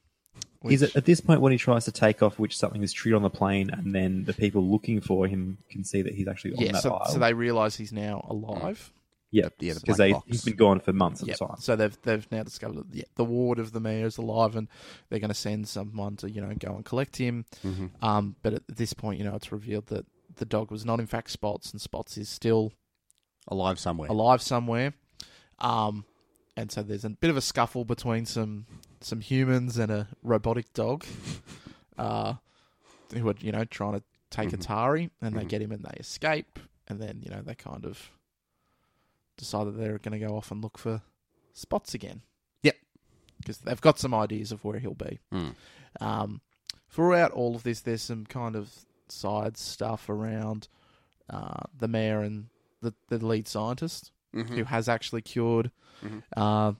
S3: Is
S1: Which-
S3: it at this point when he tries to take off, which something is triggered on the plane, and then the people looking for him can see that he's actually on
S1: yeah,
S3: that
S1: so,
S3: aisle?
S1: so they realise he's now alive.
S3: yeah,
S2: Yeah, the black
S3: because they
S2: box.
S3: he's been gone for months at
S1: Yep.
S3: a time.
S1: So they've they've now discovered that yeah, the ward of the mayor is alive, and they're going to send someone to you know go and collect him. Um, but at this point, you know, it's revealed that the dog was not in fact Spots, and Spots is still
S2: Alive somewhere.
S1: alive somewhere. Um, and so there's a bit of a scuffle between some some humans and a robotic dog, uh, who are you know trying to take Atari, and they get him and they escape, and then you know they kind of decide that they're going to go off and look for spots again.
S2: Yep.
S1: because they've got some ideas of where he'll be.
S2: Mm.
S1: Um, throughout all of this, there's some kind of side stuff around uh, the mayor and the, the lead scientist
S2: Mhm.
S1: who has actually cured
S2: Mhm.
S1: uh,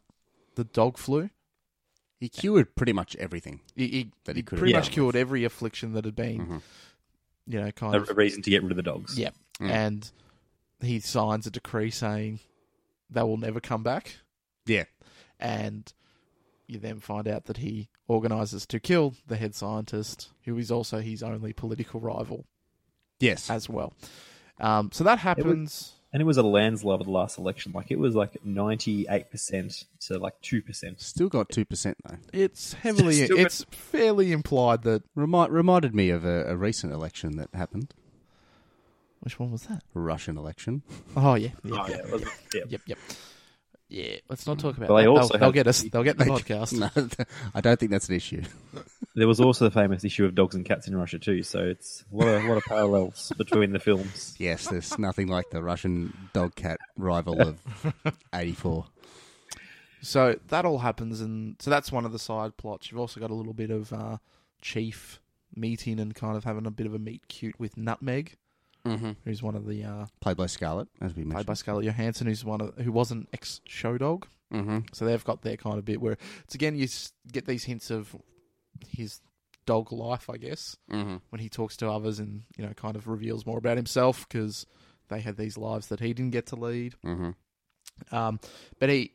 S1: the dog flu.
S2: He cured pretty much everything.
S1: He, he,
S2: That
S1: he
S2: he could've
S1: pretty
S3: dealt
S1: much
S2: with.
S1: cured every affliction that had been,
S2: Mhm.
S1: you know, kind
S3: A,
S1: of.
S3: a reason to get rid of the dogs.
S1: Yeah.
S2: Mm.
S1: And he signs a decree saying they will never come back.
S2: Yeah.
S1: And you then find out that he organises to kill the head scientist, who is also his only political rival
S2: Yes.
S1: as well. Um, so that happens.
S3: And it was a landslide of the last election. Like it was like ninety eight percent to like two percent.
S2: Still got 2% though.
S1: It's heavily.
S3: Still-
S1: It's fairly implied that.
S2: Remi- reminded me of a, a recent election that happened.
S1: Which one was that?
S2: Russian election.
S1: Oh yeah, yeah,
S3: Oh, yeah, it was- yeah.
S1: yep, yep. Yeah, let's not talk about.
S3: Well, they
S1: that.
S3: also
S1: they'll, they'll
S3: have-
S1: get us. They'll get the podcast.
S2: No, I don't think that's an issue.
S3: There was also the famous issue of dogs and cats in Russia too, so it's a lot of, a lot of parallels between the films.
S2: Yes, there's nothing like the Russian dog cat rival of 84.
S1: So that all happens, and so that's one of the side plots. You've also got a little bit of uh, Chief meeting and kind of having a bit of a meet cute with Nutmeg,
S2: Mm-hmm.
S1: who's one of the uh,
S2: Played by Scarlett, as we
S1: played
S2: mentioned.
S1: by Scarlett Johansson, who's one of who was an ex show dog.
S2: mm-hmm.
S1: So they've got their kind of bit where it's again you s- get these hints of his dog life, I guess,
S2: Mm-hmm.
S1: when he talks to others and you know kind of reveals more about himself because they had these lives that he didn't get to lead.
S2: Mm-hmm.
S1: Um, but he,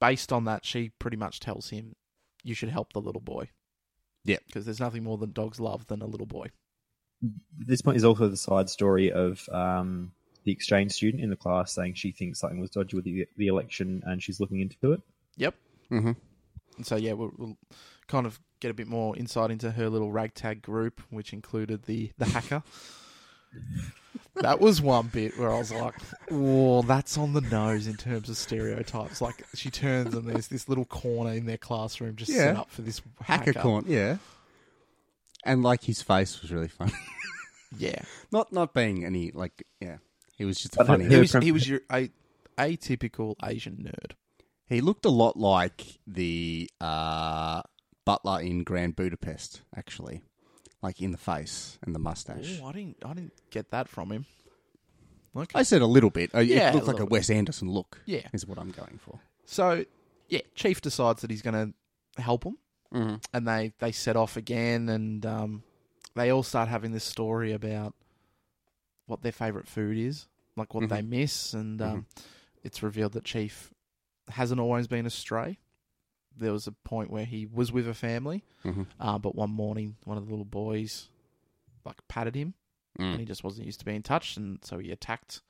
S1: based on that, she pretty much tells him, "You should help the little boy."
S2: Yep.
S1: because there's nothing more than dogs love than a little boy.
S3: At this point is also the side story of um, the exchange student in the class saying she thinks something was dodgy with the, the election and she's looking into it.
S2: Mm-hmm.
S1: And so yeah, we'll, we'll kind of get a bit more insight into her little ragtag group, which included the the hacker. that was one bit where I was like, "Oh, that's on the nose in terms of stereotypes." Like she turns and there's this little corner in their classroom just set
S2: Yeah.
S1: up for this hacker.
S2: Hacker corn, yeah. And like his face was really funny.
S1: Yeah,
S2: not not being any like yeah. He was just
S3: But
S2: funny.
S1: he
S3: Yeah,
S1: was
S3: prim-
S1: he was your a, atypical Asian nerd.
S2: He looked a lot like the uh, butler in Grand Budapest, actually, like in the face and the mustache.
S1: Ooh, I didn't, I didn't get that from him. Okay.
S2: I said a little bit. Uh,
S1: Yeah,
S2: it
S1: a
S2: looked like a
S1: little
S2: Wes Anderson look.
S1: Yeah.
S2: is what I'm going for.
S1: So, yeah, Chief decides that he's going to help him,
S2: Mm-hmm.
S1: and they they set off again, and um, they all start having this story about what their favorite food is, like what
S2: Mhm.
S1: they miss, and um, it's revealed that Chief hasn't always been astray. There was a point where he was with a family,
S2: Mhm.
S1: uh, but one morning, one of the little boys like patted him,
S2: Mm-hmm.
S1: and he just wasn't used to being touched, and so he attacked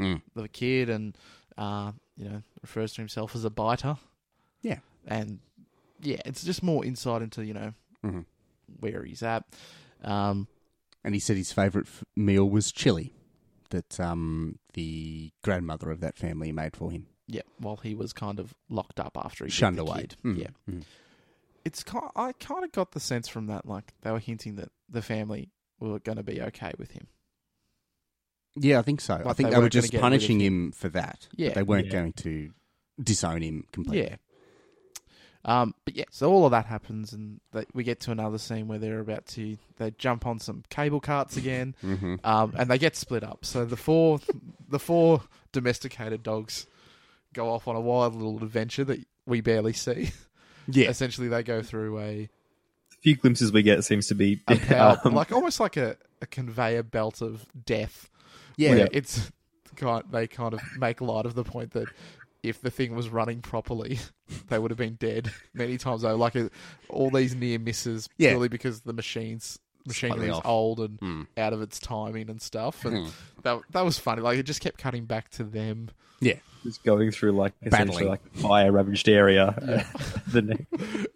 S2: Mm.
S1: the kid, and uh, you know refers to himself as a biter.
S2: Yeah.
S1: and yeah, it's just more insight into you know
S2: Mhm.
S1: where he's at. Um,
S2: And he said his favorite f- meal was chili, that um, the grandmother of that family made for him.
S1: yeah, while he was kind of locked up after he bit
S2: Shunned
S1: the
S2: away.
S1: kid.
S2: Mm.
S1: Yeah,
S2: Mm.
S1: it's kind. I kind of got the sense from that, like they were hinting that the family were going to be okay with him.
S2: Yeah, I think so. I
S1: Like
S2: think
S1: they
S2: they, were
S1: weren't gonna
S2: just
S1: get rid of
S2: punishing him for that.
S1: Yeah.
S2: But they weren't
S3: Yeah.
S2: going to disown him completely.
S1: Yeah. Um, but yeah, so all of that happens, and they, we get to another scene where they're about to they jump on some cable carts again,
S2: Mm-hmm.
S3: Uh,
S1: um, and they get split up. So the four the four domesticated dogs go off on a wild little adventure that we barely see.
S2: Yeah.
S1: Essentially, they go through a,
S3: The few glimpses we get seems to be
S1: a power,
S3: um,
S1: like almost like a, a conveyor belt of death.
S2: Yeah.
S1: where it's kind they kind of make light of the point that if the thing was running properly, they would have been dead many times over. Like it, all these near misses
S2: Yeah.
S1: purely because the machines machinery is
S2: off.
S1: old and
S2: Mm.
S1: out of its timing and stuff. And
S2: Mm.
S1: that that was funny. Like it just kept cutting back to them.
S2: Yeah.
S3: just going through like essentially
S2: Battling.
S3: like a fire ravaged area. uh, the ne-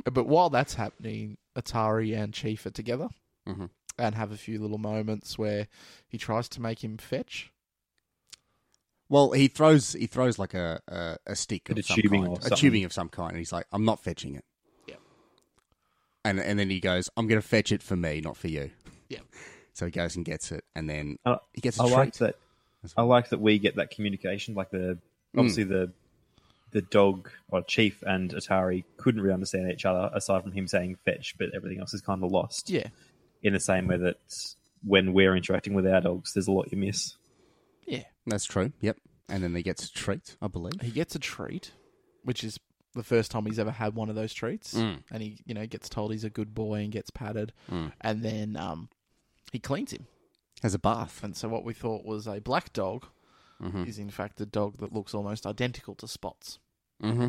S1: But while that's happening, Atari and Chief are together
S2: Mhm.
S1: and have a few little moments where he tries to make him fetch.
S2: Well, he throws he throws like a a, a stick
S3: Like
S2: of
S3: a
S2: some
S3: tubing
S2: kind,
S3: or
S2: a
S3: something.
S2: tubing of some kind, and he's like, "I'm not fetching it."
S1: Yeah.
S2: And and then he goes, "I'm going to fetch it for me, not for you."
S1: Yeah.
S2: So he goes and gets it, and then
S3: I-
S2: he gets a
S3: Oh, I
S2: treat.
S3: like that.
S2: That's-
S3: I like that we get that communication. Like the obviously the the dog or chief and Atari couldn't really understand each other aside from him saying fetch, but everything else is kind of lost.
S1: Yeah.
S3: In the same way that when we're interacting with our dogs, there's a lot you miss.
S1: Yeah.
S2: That's true. Yep. And then he gets a treat, I believe.
S1: he gets a treat, which is the first time he's ever had one of those treats,
S2: Mm.
S1: and he you know gets told he's a good boy and gets patted, and then um, he cleans him.
S2: Has a bath.
S1: And so what we thought was a black dog
S2: Hmm.
S1: is in fact a dog that looks almost identical to Spots.
S2: Mm-hmm.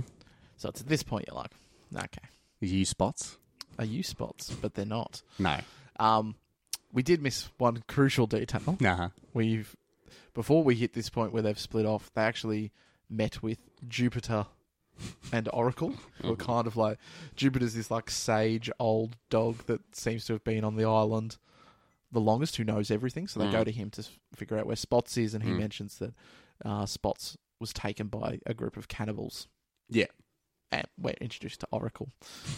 S1: So it's at this point you're like, okay,
S2: You spots?
S1: are you Spots? But they're not.
S2: No.
S1: Um, we did miss one crucial detail.
S2: Nah.
S1: We've before we hit this point where they've split off, they actually met with Jupiter and Oracle, who are kind of like Jupiter's this like sage old dog that seems to have been on the island the longest, who knows everything. So they go to him to s- figure out where Spots is, and he mentions that uh, Spots was taken by a group of cannibals.
S2: Yeah.
S1: And we're introduced to Oracle,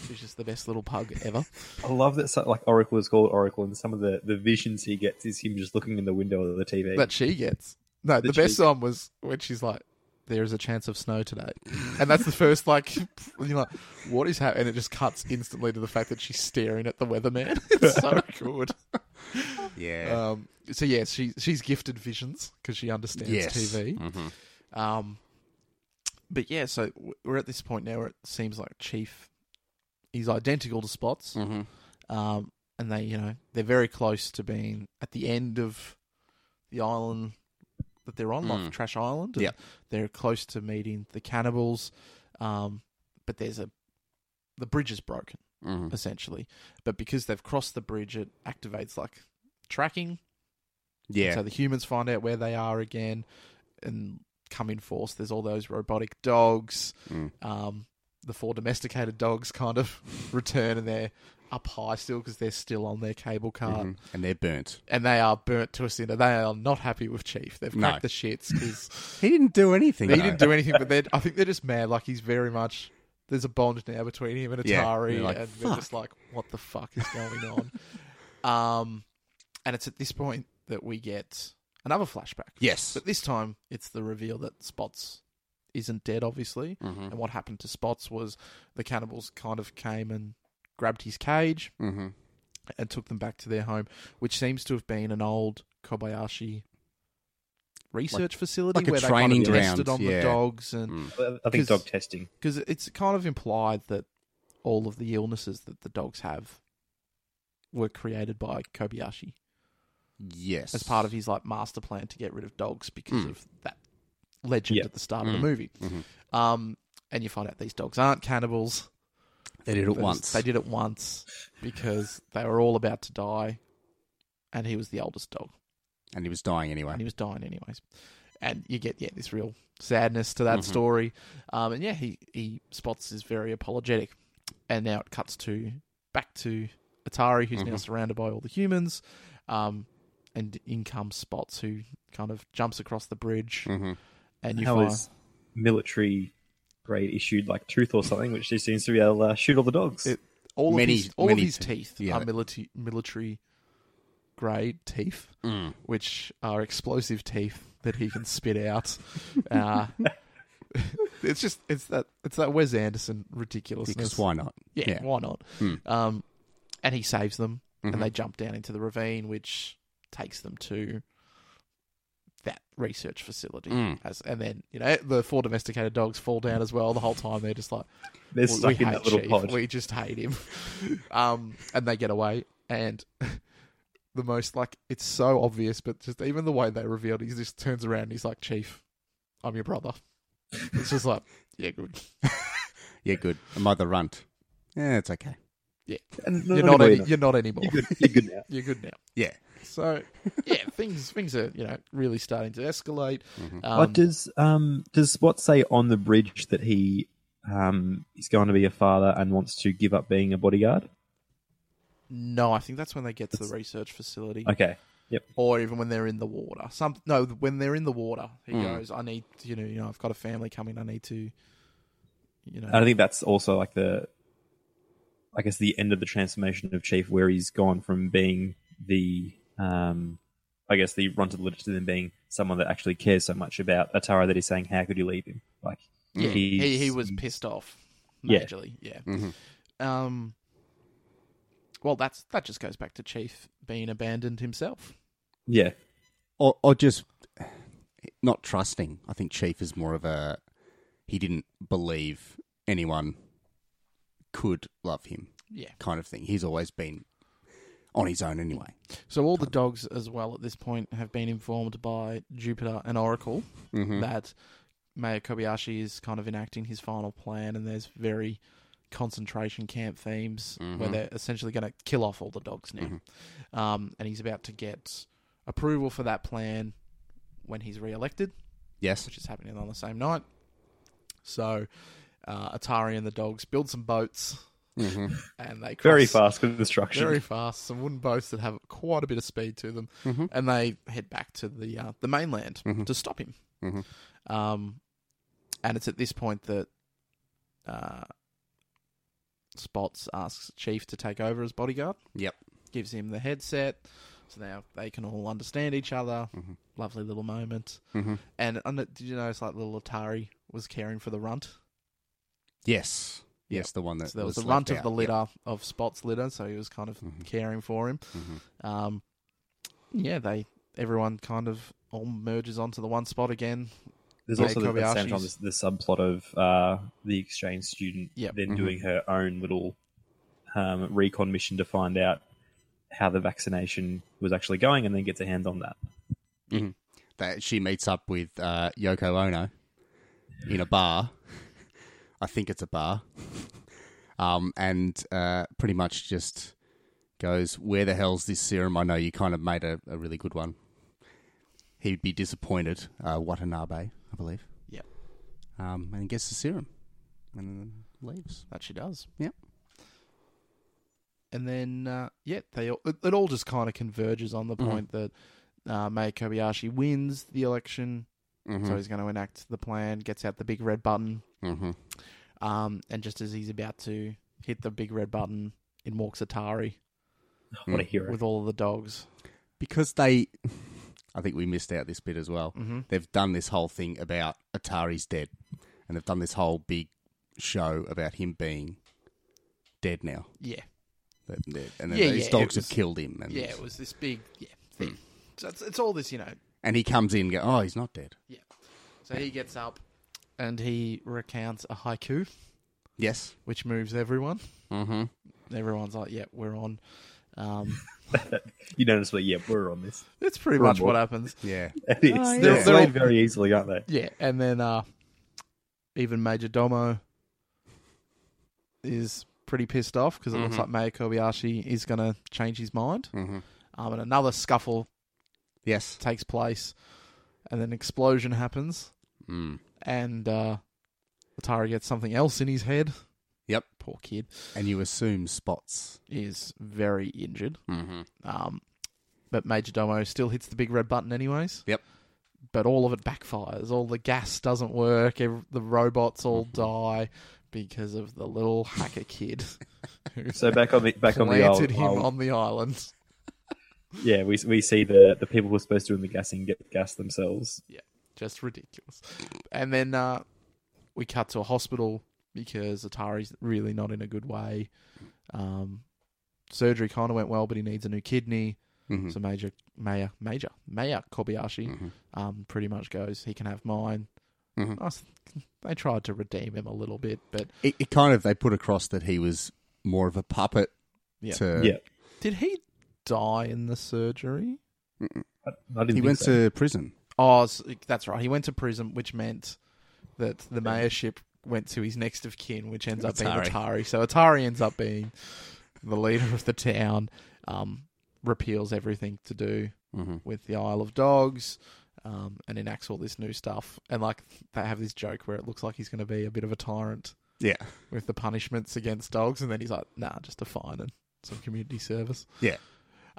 S1: who's just the best little pug ever.
S3: I love that. So, like Oracle is called Oracle, and some of the, the visions he gets is him just looking in the window of the TV.
S1: that she gets. No, the
S3: That
S1: best
S3: she-
S1: one was when she's like, "There is a chance of snow today," and that's the first like, you're like, "What is happening?" And it just cuts instantly to the fact that she's staring at the weatherman. It's so good.
S2: Yeah.
S1: Um, so yes, she she's gifted visions because she understands
S2: yes.
S1: TV.
S2: Mhm.
S1: Um, but yeah, so w- we're at this point now where it seems like Chief, he's identical to Spots,
S2: Mhm.
S1: um, and they you know they're very close to being at the end of the island that they're on,
S2: Mm.
S1: like Trash Island. and
S2: Yep.
S1: they're close to meeting the cannibals, um, but there's a the bridge is broken
S2: Mhm.
S1: essentially, but because they've crossed the bridge, it activates like tracking
S2: Yeah.
S1: so the humans find out where they are again and come in force. There's all those robotic dogs.
S2: Mm.
S1: Um, the four domesticated dogs kind of return and they're up high still because they're still on their cable car.
S2: Mhm. And they're burnt.
S1: And they are burnt to a cinder. They are not happy with Chief. They've
S2: No.
S1: cracked the shits because
S2: He didn't do anything.
S1: he
S2: though.
S1: didn't do anything. But they're, I think they're just mad. Like he's very much. There's a bond now between him and
S2: Yeah,
S1: Atari,
S2: they're like,
S1: and they're just like, "What the fuck is going on?" um, and it's at this point that we get another flashback.
S2: Yes.
S1: But this time, it's the reveal that Spots isn't dead, obviously.
S2: Mm-hmm.
S1: And what happened to Spots was the cannibals kind of came and grabbed his cage
S2: Mm-hmm.
S1: and took them back to their home, which seems to have been an old Kobayashi research facility
S2: like a
S1: where they
S2: training
S1: kind of tested
S2: ground,
S1: on
S2: yeah.
S1: the dogs, and
S2: Mm.
S3: I I think
S1: 'Cause-
S3: dog testing.
S1: because it's kind of implied that all of the illnesses that the dogs have were created by Kobayashi.
S2: Yes.
S1: as part of his like master plan to get rid of dogs because
S2: Hmm.
S1: of that legend
S3: Yeah.
S1: at the start of the
S2: Mm.
S1: movie.
S2: Mhm.
S1: Um, and you find out these dogs aren't cannibals.
S2: They did it
S1: They just-
S2: once.
S1: They did it once because they were all about to die, and he was the oldest dog,
S2: And he was dying anyway.
S1: and he was dying anyways. And you get yeah this real sadness to that story, um, and yeah he he spots is very apologetic, and now it cuts to back to Atari who's now
S2: Mhm.
S1: surrounded by all the humans, um, and in comes Spots who kind of jumps across the bridge
S2: Mm-hmm.
S1: and you
S3: How
S1: find
S3: is military grade issued like tooth or something, which just seems to be able to uh, shoot all the dogs?
S1: It- all
S2: Many-
S1: of his, all
S2: many
S1: of his
S2: teeth.
S1: teeth
S2: Yeah.
S1: are military military grade teeth,
S2: Mm.
S1: which are explosive teeth that he can spit out. Uh, it's just it's that it's that Wes Anderson ridiculousness.
S2: Because why not?
S1: yeah,
S2: yeah.
S1: why not?
S2: Hmm.
S1: Um, and he saves them,
S2: Mhm.
S1: and they jump down into the ravine, which takes them to that research facility.
S2: Mm.
S1: As, and then you know the four domesticated dogs fall down as well. The whole time they're just like.
S3: They're
S1: We-
S3: stuck
S1: we
S3: in
S1: hate
S3: that little
S1: Chief.
S3: pod.
S1: We just hate him. um, and they get away. And the most like it's so obvious, but just even the way they revealed, it, he just turns around. and He's like, "Chief, I'm your brother." It's just like, yeah, good.
S2: Yeah, good. A mother runt. Yeah, it's okay.
S3: And
S1: You're
S3: not
S1: not,
S3: anymore.
S1: any, you're not anymore.
S3: You're good, you're good now.
S1: You're good now.
S2: Yeah.
S1: So yeah, things things are you know really starting to escalate.
S2: Mhm.
S1: Um,
S3: what does um does Spot say on the bridge that he um is going to be a father and wants to give up being a bodyguard?
S1: no, I think that's when they get to the research facility,
S3: Okay.
S1: or even when they're in the water. Some no, when they're in the water, he
S2: Mm.
S1: goes, "I need to, you know you know I've got a family coming. I need to." You know,
S3: And I think that's also like the, I guess the end of the transformation of Chief, where he's gone from being the, um, I guess the runt of the litter to then being someone that actually cares so much about Atara that he's saying, how could you leave him? Like,
S1: Yeah, he, he
S3: he's-
S1: was pissed off.
S3: Yeah.
S1: Majorly, yeah.
S2: Mhm.
S1: Um. Well, that's that just goes back to Chief being abandoned himself.
S3: Yeah,
S2: Or, or just not trusting. I think Chief is more of a. He didn't believe anyone could love him
S1: Yeah.
S2: kind of thing. He's always been on his own anyway.
S1: So all the dogs, as well, at this point, have been informed by Jupiter and Oracle
S2: Mm-hmm.
S1: that Mayor Kobayashi is kind of enacting his final plan, and there's very concentration camp themes where
S2: Mhm.
S1: they're essentially going to kill off all the dogs now. Um, and he's about to get approval for that plan when he's re-elected.
S2: Yes.
S1: which is happening on the same night. So uh, Atari and the dogs build some boats
S2: hmm
S1: and they cross
S3: very fast with destruction.
S1: very fast, some wooden boats that have quite a bit of speed to them,
S2: Mhm.
S1: and they head back to the uh, the mainland to stop him.
S2: Mhm.
S1: Um, And it's at this point that uh, Spots asks Chief to take over as bodyguard,
S2: Yep.
S1: gives him the headset, so now they can all understand each other.
S2: Mhm.
S1: Lovely little moment.
S2: Mhm.
S1: And and did you notice like little Atari was caring for the runt?
S2: Yes. Yes, the one that
S1: So there was,
S2: was
S1: the runt
S2: left
S1: of the
S2: out.
S1: litter of Spot's litter, so he was kind of
S2: Mhm.
S1: caring for him.
S2: Mhm.
S1: Um, yeah, they everyone kind of all merges onto the one spot again.
S3: There's
S1: Yeah,
S3: also the, at the same time
S1: Kobayashi's-
S3: the, the subplot of uh, the exchange student
S1: Yep. Mm-hmm.
S3: then
S2: Mhm.
S3: doing her own little um, recon mission to find out how the vaccination was actually going, and then gets her hands on that.
S2: that she meets up with uh, Yoko Ono in a bar. I think it's a bar. um, and uh, pretty much just goes, Where the hell's this serum? I know you kind of made a, a really good one. He'd be disappointed. Uh, Watanabe, I believe.
S1: Yep.
S2: Um, and gets the serum and then leaves.
S1: That she does.
S2: Yep.
S1: And then uh, yeah, they all, it, it all just kind of converges on the
S2: Mhm.
S1: point that uh, Mei Kobayashi wins the election,
S2: Mm-hmm.
S1: so he's going to enact the plan. Gets out the big red button,
S2: mm-hmm.
S1: um, and just as he's about to hit the big red button, in walks Atari
S3: What a hero!
S1: with all of the dogs.
S2: Because they. I think we missed out this bit as well.
S1: Mm-hmm.
S2: they've done this whole thing about Atari's dead, and they've done this whole big show about him being dead now.
S1: Yeah.
S2: That- that- And then
S1: Yeah,
S2: these
S1: yeah,
S2: dogs
S1: it was-
S2: have killed him. And,
S1: Yeah, it was this big yeah thing. So it's, it's all this, you know.
S2: and he comes in and goes, Oh, he's not dead.
S1: Yeah. So he gets up and he recounts a haiku,
S2: Yes.
S1: which moves everyone.
S2: Mm-hmm.
S1: Everyone's like, "Yeah, we're on." Um,
S3: you notice, but yeah, we're on this.
S1: it's pretty
S3: We're on
S1: much what
S3: board.
S1: happens.
S2: Yeah.
S3: It is.
S1: Oh, yeah.
S3: They're
S1: They're all-
S3: swayed very easily, aren't they?
S1: Yeah, and then uh, even Major Domo is pretty pissed off because it looks like
S2: Mhm.
S1: Mayor Kobayashi is going to change his mind.
S2: Mm-hmm.
S1: Um, and another scuffle
S2: Yes.
S1: takes place, and then an explosion happens.
S2: Mm.
S1: and uh, Atari gets something else in his head.
S2: Yep.
S1: Poor kid
S2: And you assume spots.
S1: is very injured.
S2: Mm-hmm.
S1: Um, but Major Domo still hits the big red button, anyways.
S2: Yep.
S1: But all of it backfires. All the gas doesn't work. ev the robots all
S3: Mm-hmm.
S1: die because of the little hacker kid who
S3: So back on the back on the old,
S1: planted him
S3: old-
S1: on the island.
S3: yeah, we, we see the the people who are supposed to do the gassing get gassed themselves.
S1: Just ridiculous. And then uh, we cut to a hospital because Atari's really not in a good way. Um, surgery kind of went well, but he needs a new kidney.
S2: Mm-hmm.
S1: So Major Mayor Major Mayor Kobayashi
S2: Mhm.
S1: um, pretty much goes, he can have mine.
S2: Mhm.
S1: Nice. They tried to redeem him a little bit, but
S2: It, it kind of, they put across that he was more of a puppet
S1: Yeah.
S2: to.
S3: yeah,
S1: did he die in the surgery?
S3: I, I didn't.
S2: He
S3: think
S2: went
S3: so.
S2: to prison.
S1: Oh, s that's right. He went to prison, which meant that the mayorship went to his next of kin, which ends up being
S2: Atari.
S1: Atari. So Atari ends up being the leader of the town, um, repeals everything to do
S2: Mm-hmm.
S1: with the Isle of Dogs, um, and enacts all this new stuff. And like they have this joke where it looks like he's going to be a bit of a tyrant
S2: Yeah.
S1: with the punishments against dogs, and then he's like, "Nah, just a fine and some community service."
S2: Yeah.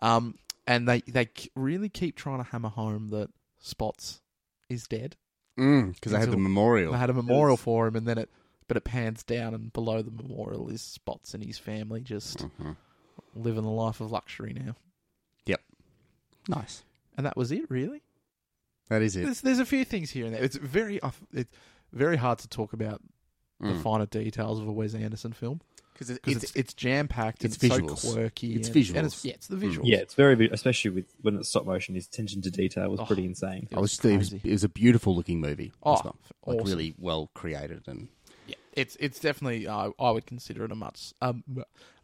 S1: Um, and they they k- really keep trying to hammer home that Spots is dead.
S2: Because Mm, they had the
S1: Until-
S2: memorial.
S1: They had a memorial
S3: Yes.
S1: for him, and then it but it pans down, and below the memorial is Spots and his family just
S3: Mm-hmm.
S2: Mhm.
S1: living the life of luxury now.
S2: Nice.
S1: And that was it, really.
S2: That is it.
S1: There's there's a few things here and there. It's very I f- it's very hard to talk about the
S2: Mm.
S1: finer details of a Wes Anderson film
S2: Cause it-
S1: because it's, it's jam packed. It's,
S2: it's visuals.
S1: so quirky.
S2: It's
S1: and, And it's,
S2: visuals.
S1: yeah, it's the
S2: Mm.
S1: visuals.
S3: Yeah, it's very, vi- especially with when it's stop motion. His attention to detail was
S1: Oh.
S3: pretty insane.
S1: It
S2: I
S1: was
S2: was, it was
S1: crazy.
S2: it was a beautiful looking movie.
S1: Oh,
S2: as well. like
S1: awesome.
S2: really well created and
S1: Yeah, it's it's definitely uh, I would consider it a must um,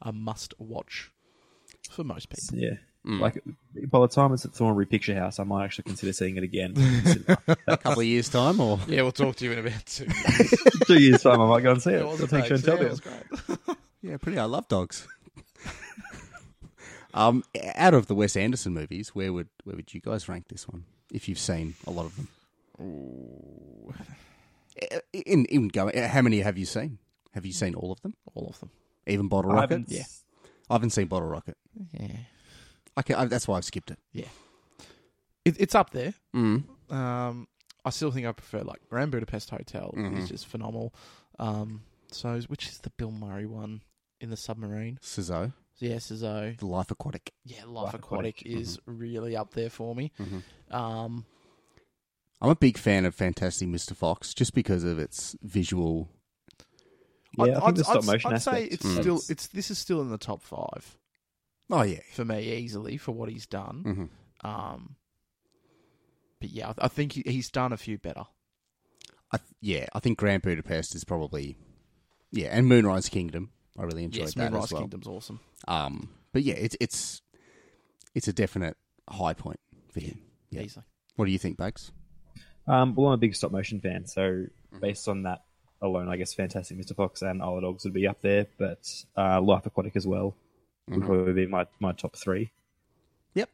S1: a must watch for most people.
S3: Yeah,
S1: Mm.
S3: like by the time it's at Thornbury Picture House, I might actually consider seeing it again.
S2: a couple of years time or
S1: Yeah, we'll talk to you in about two.
S3: Two years time, I might go and see it.
S1: It was a
S3: Take
S1: big-
S3: Chantel
S1: yeah, it
S3: down.
S1: was great.
S2: yeah, pretty. I love dogs. um, out of the Wes Anderson movies, where would where would you guys rank this one if you've seen a lot of them? Eh, In in going, eh, how many have you seen? Have you seen all of them?
S1: All of them.
S2: Even Bottle
S3: I
S2: Rocket?
S3: haven't-
S1: Yeah.
S2: I haven't seen Bottle Rocket.
S1: Yeah,
S2: I can, I, that's why I've skipped it.
S1: it, it's up there.
S2: Mm.
S1: Um, I still think I prefer like Grand Budapest Hotel. It's just phenomenal. Um, so which is the Bill Murray one in the submarine?
S2: Suzzo,
S1: Yeah, Cizzo.
S2: The Life Aquatic.
S1: Yeah, Life
S3: Life
S1: Aquatic,
S3: Aquatic,
S1: is really up there for me. Um,
S2: I'm a big fan of Fantastic Mr. Fox just because of its visual.
S3: Yeah, I think the stop motion
S1: I'd say
S3: aspect
S1: it's
S3: is-
S1: still
S2: Hmm.
S1: it's this is still in the top five
S2: Oh yeah,
S1: for me easily for what he's done.
S2: Mhm.
S1: Um, but yeah, I- I think he, he's done a few better.
S2: I th- yeah. I think Grand Budapest is probably yeah, and Moonrise Kingdom. I really enjoyed
S1: yes,
S2: that
S1: Moonrise
S2: as well.
S1: Kingdom's awesome.
S2: Um, but yeah, it's it's it's a definite high point for him. Yeah.
S1: Easily.
S2: What do you think, Bags?
S3: Um, well, I'm a big stop motion fan, so based on that alone, I guess Fantastic Mr. Fox and Isle of Dogs would be up there, but uh, Life Aquatic as well would probably be my, my top three.
S2: Yep.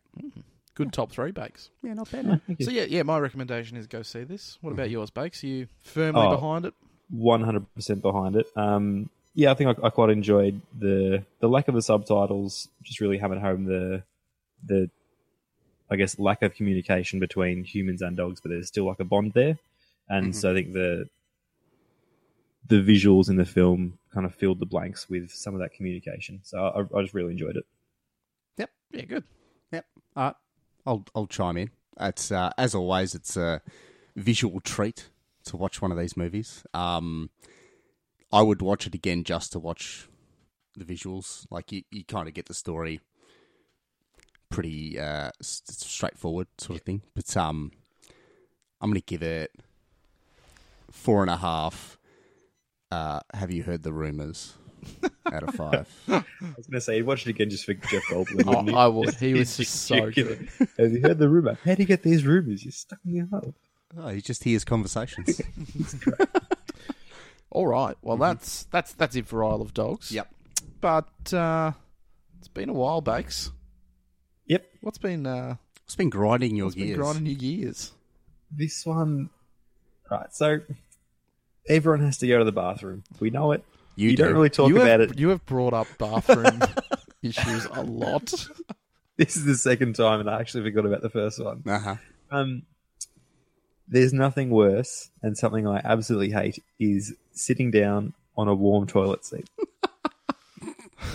S1: Good top three bakes.
S2: Yeah, not bad. Man.
S1: So yeah, yeah, my recommendation is go see this. What
S2: Mm-hmm.
S1: about yours, Bakes? Are you firmly
S3: Oh.
S1: behind it?
S3: 100% behind it. Um, yeah, I think I, I quite enjoyed the the lack of the subtitles, just really hammered home the the I guess lack of communication between humans and dogs, but there's still like a bond there, and
S1: Mm-hmm.
S3: so I think the the visuals in the film kind of filled the blanks with some of that communication. So I, I just really enjoyed it.
S1: Yep. Yeah, good.
S2: Yep. All right. Uh, I'll I'll chime in. It's uh, as always, it's a visual treat to watch one of these movies. Um, I would watch it again just to watch the visuals. Like you, you kind of get the story pretty uh, s- s- straightforward sort of thing. But um, I'm gonna give it four and a half. Uh, have you heard the rumors? out of five.
S3: I was gonna say watch it again just for Jeff Goldblum.
S1: Oh,
S3: wouldn't you?
S1: I would. He was just so good.
S3: Have you heard the rumor? How do you get these rumors? You're stuck in the hole.
S2: oh, you just hears conversations.
S1: All right.
S2: Mm-hmm.
S1: Well, that's that's that's it for Isle of Dogs.
S2: yep.
S1: But uh, it's been a while, Bakes.
S3: Yep,
S1: What's been uh,
S2: It's been grinding your
S1: what's been
S2: gears.
S1: grinding your gears?
S3: this one right so everyone has to go to the bathroom we know it
S2: You,
S3: don't really talk
S1: you
S3: about
S1: have,
S3: it
S1: You have brought up bathroom issues a lot.
S3: this is the second time and i actually forgot about the first one
S2: Uh huh.
S3: um there's nothing worse and something i absolutely hate is sitting down on a warm toilet seat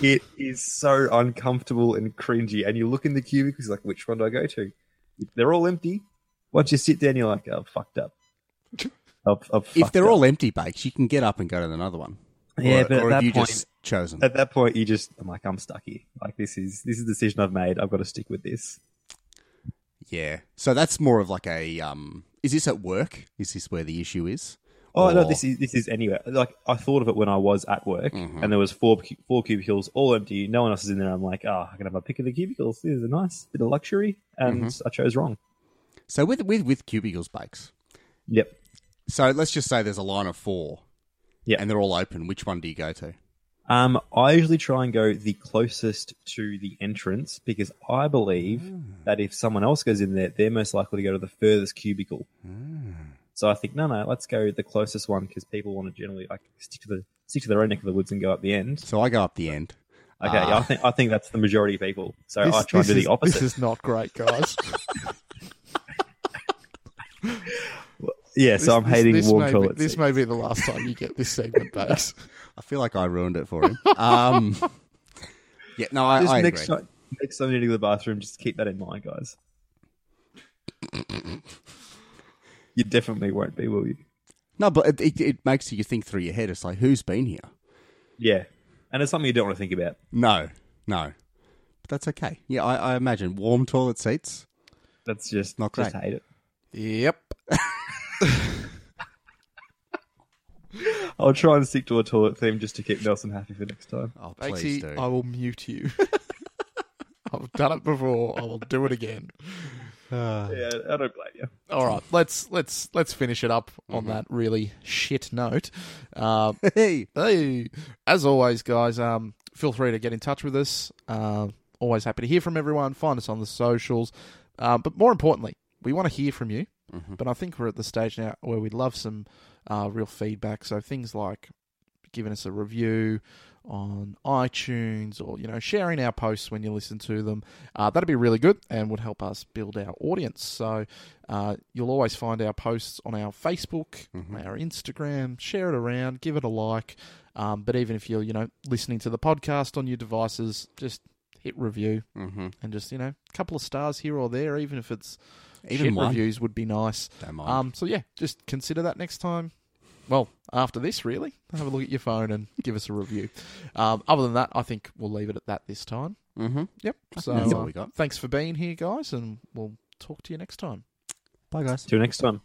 S3: it is so uncomfortable and cringy and you look in the cubicles like which one do i go to they're all empty once you sit down you're like oh fucked up I've- I've
S2: If
S3: fucked
S2: they're
S3: up.
S2: all empty bakes, you can get up and go to another one.
S3: Yeah,
S2: or,
S3: but at
S2: or have
S3: that
S2: you
S3: point-
S2: just chosen?
S3: at that point you just i'm like i'm stuck here like this is this is the decision i've made i've got to stick with this
S2: yeah. So that's more of like a. Um, is this at work? Is this where the issue is?
S3: oh no
S2: Or-
S3: this is this is anywhere like i thought of it when i was at work and there was four cu- four cubicles all empty no one else is in there i'm like ah i can have my pick of the cubicles this is a nice bit of luxury and i chose wrong
S2: So with with with cubicles bakes.
S3: yep
S2: So let's just say there's a line of four.
S3: Yeah.
S2: And they're all open. Which one do you go to?
S3: um i usually try and go the closest to the entrance because i believe
S1: Hmm.
S3: that if someone else goes in there they're most likely to go to the furthest cubicle
S1: Hmm.
S3: So I think no, no, let's go the closest one because people want to generally like stick to the stick to their own neck of the woods and go up the end.
S2: So I go up the end.
S3: Okay,
S2: Ah.
S3: yeah, I think I think that's the majority of people. So I
S1: This-
S3: try and
S1: this
S3: do
S1: is-
S3: the opposite.
S1: This is not great, guys.
S3: yeah, so I'm
S1: This-
S3: hating
S1: this
S3: warm
S1: may be-
S3: toilets.
S1: This may be the last time you get this segment, Bakes.
S2: I feel like I ruined it for him. um, yeah. No, I,
S3: just
S2: I
S3: next
S2: agree.
S3: time, next time you go to the bathroom, just keep that in mind, guys. you definitely won't be, will you?
S2: No, but it, it, it makes you think through your head. It's like who's been here?
S3: Yeah, and it's something you don't want to think about.
S2: No, no. But that's okay. Yeah, I, I imagine warm toilet seats.
S3: That's just
S2: Not
S3: just
S2: great.
S3: hate it.
S1: Yep.
S3: I'll try and stick to a toilet theme just to keep Nelson happy for next time.
S2: Oh, please
S1: Actually,
S2: do.
S1: I will mute you. I've done it before. I will do it again.
S3: Yeah, I don't blame you.
S1: All right, let's let's let's finish it up
S3: Mm-hmm.
S1: on that really shit note. Uh,
S2: Hey,
S1: hey, as always, guys, um, feel free to get in touch with us. Uh, always happy to hear from everyone. Find us on the socials, uh, but more importantly, we want to hear from you. But I think we're at the stage now where we'd love some uh, real feedback. So things like giving us a review on iTunes or you know sharing our posts when you listen to them. Uh, that'd be really good and would help us build our audience. So uh, you'll always find our posts on our Facebook, our Instagram. Share it around, give it a like. Um, but even if you're you know listening to the podcast on your devices, just hit review
S2: Mm-hmm.
S1: and just you know a couple of stars here or there, even if it's
S2: Even
S1: shit
S2: mine.
S1: reviews would be nice.
S2: Don't mind.
S1: Um, so yeah, just consider that next time. Well, after this, really, have a look at your phone and give us a review. Um, other than that, I think we'll leave it at that this time.
S2: mm-hmm.
S1: Yep. So
S2: that's all
S1: uh,
S2: we got.
S1: thanks for being here, guys, and we'll talk to you next time.
S2: Bye, guys.
S3: Till next time.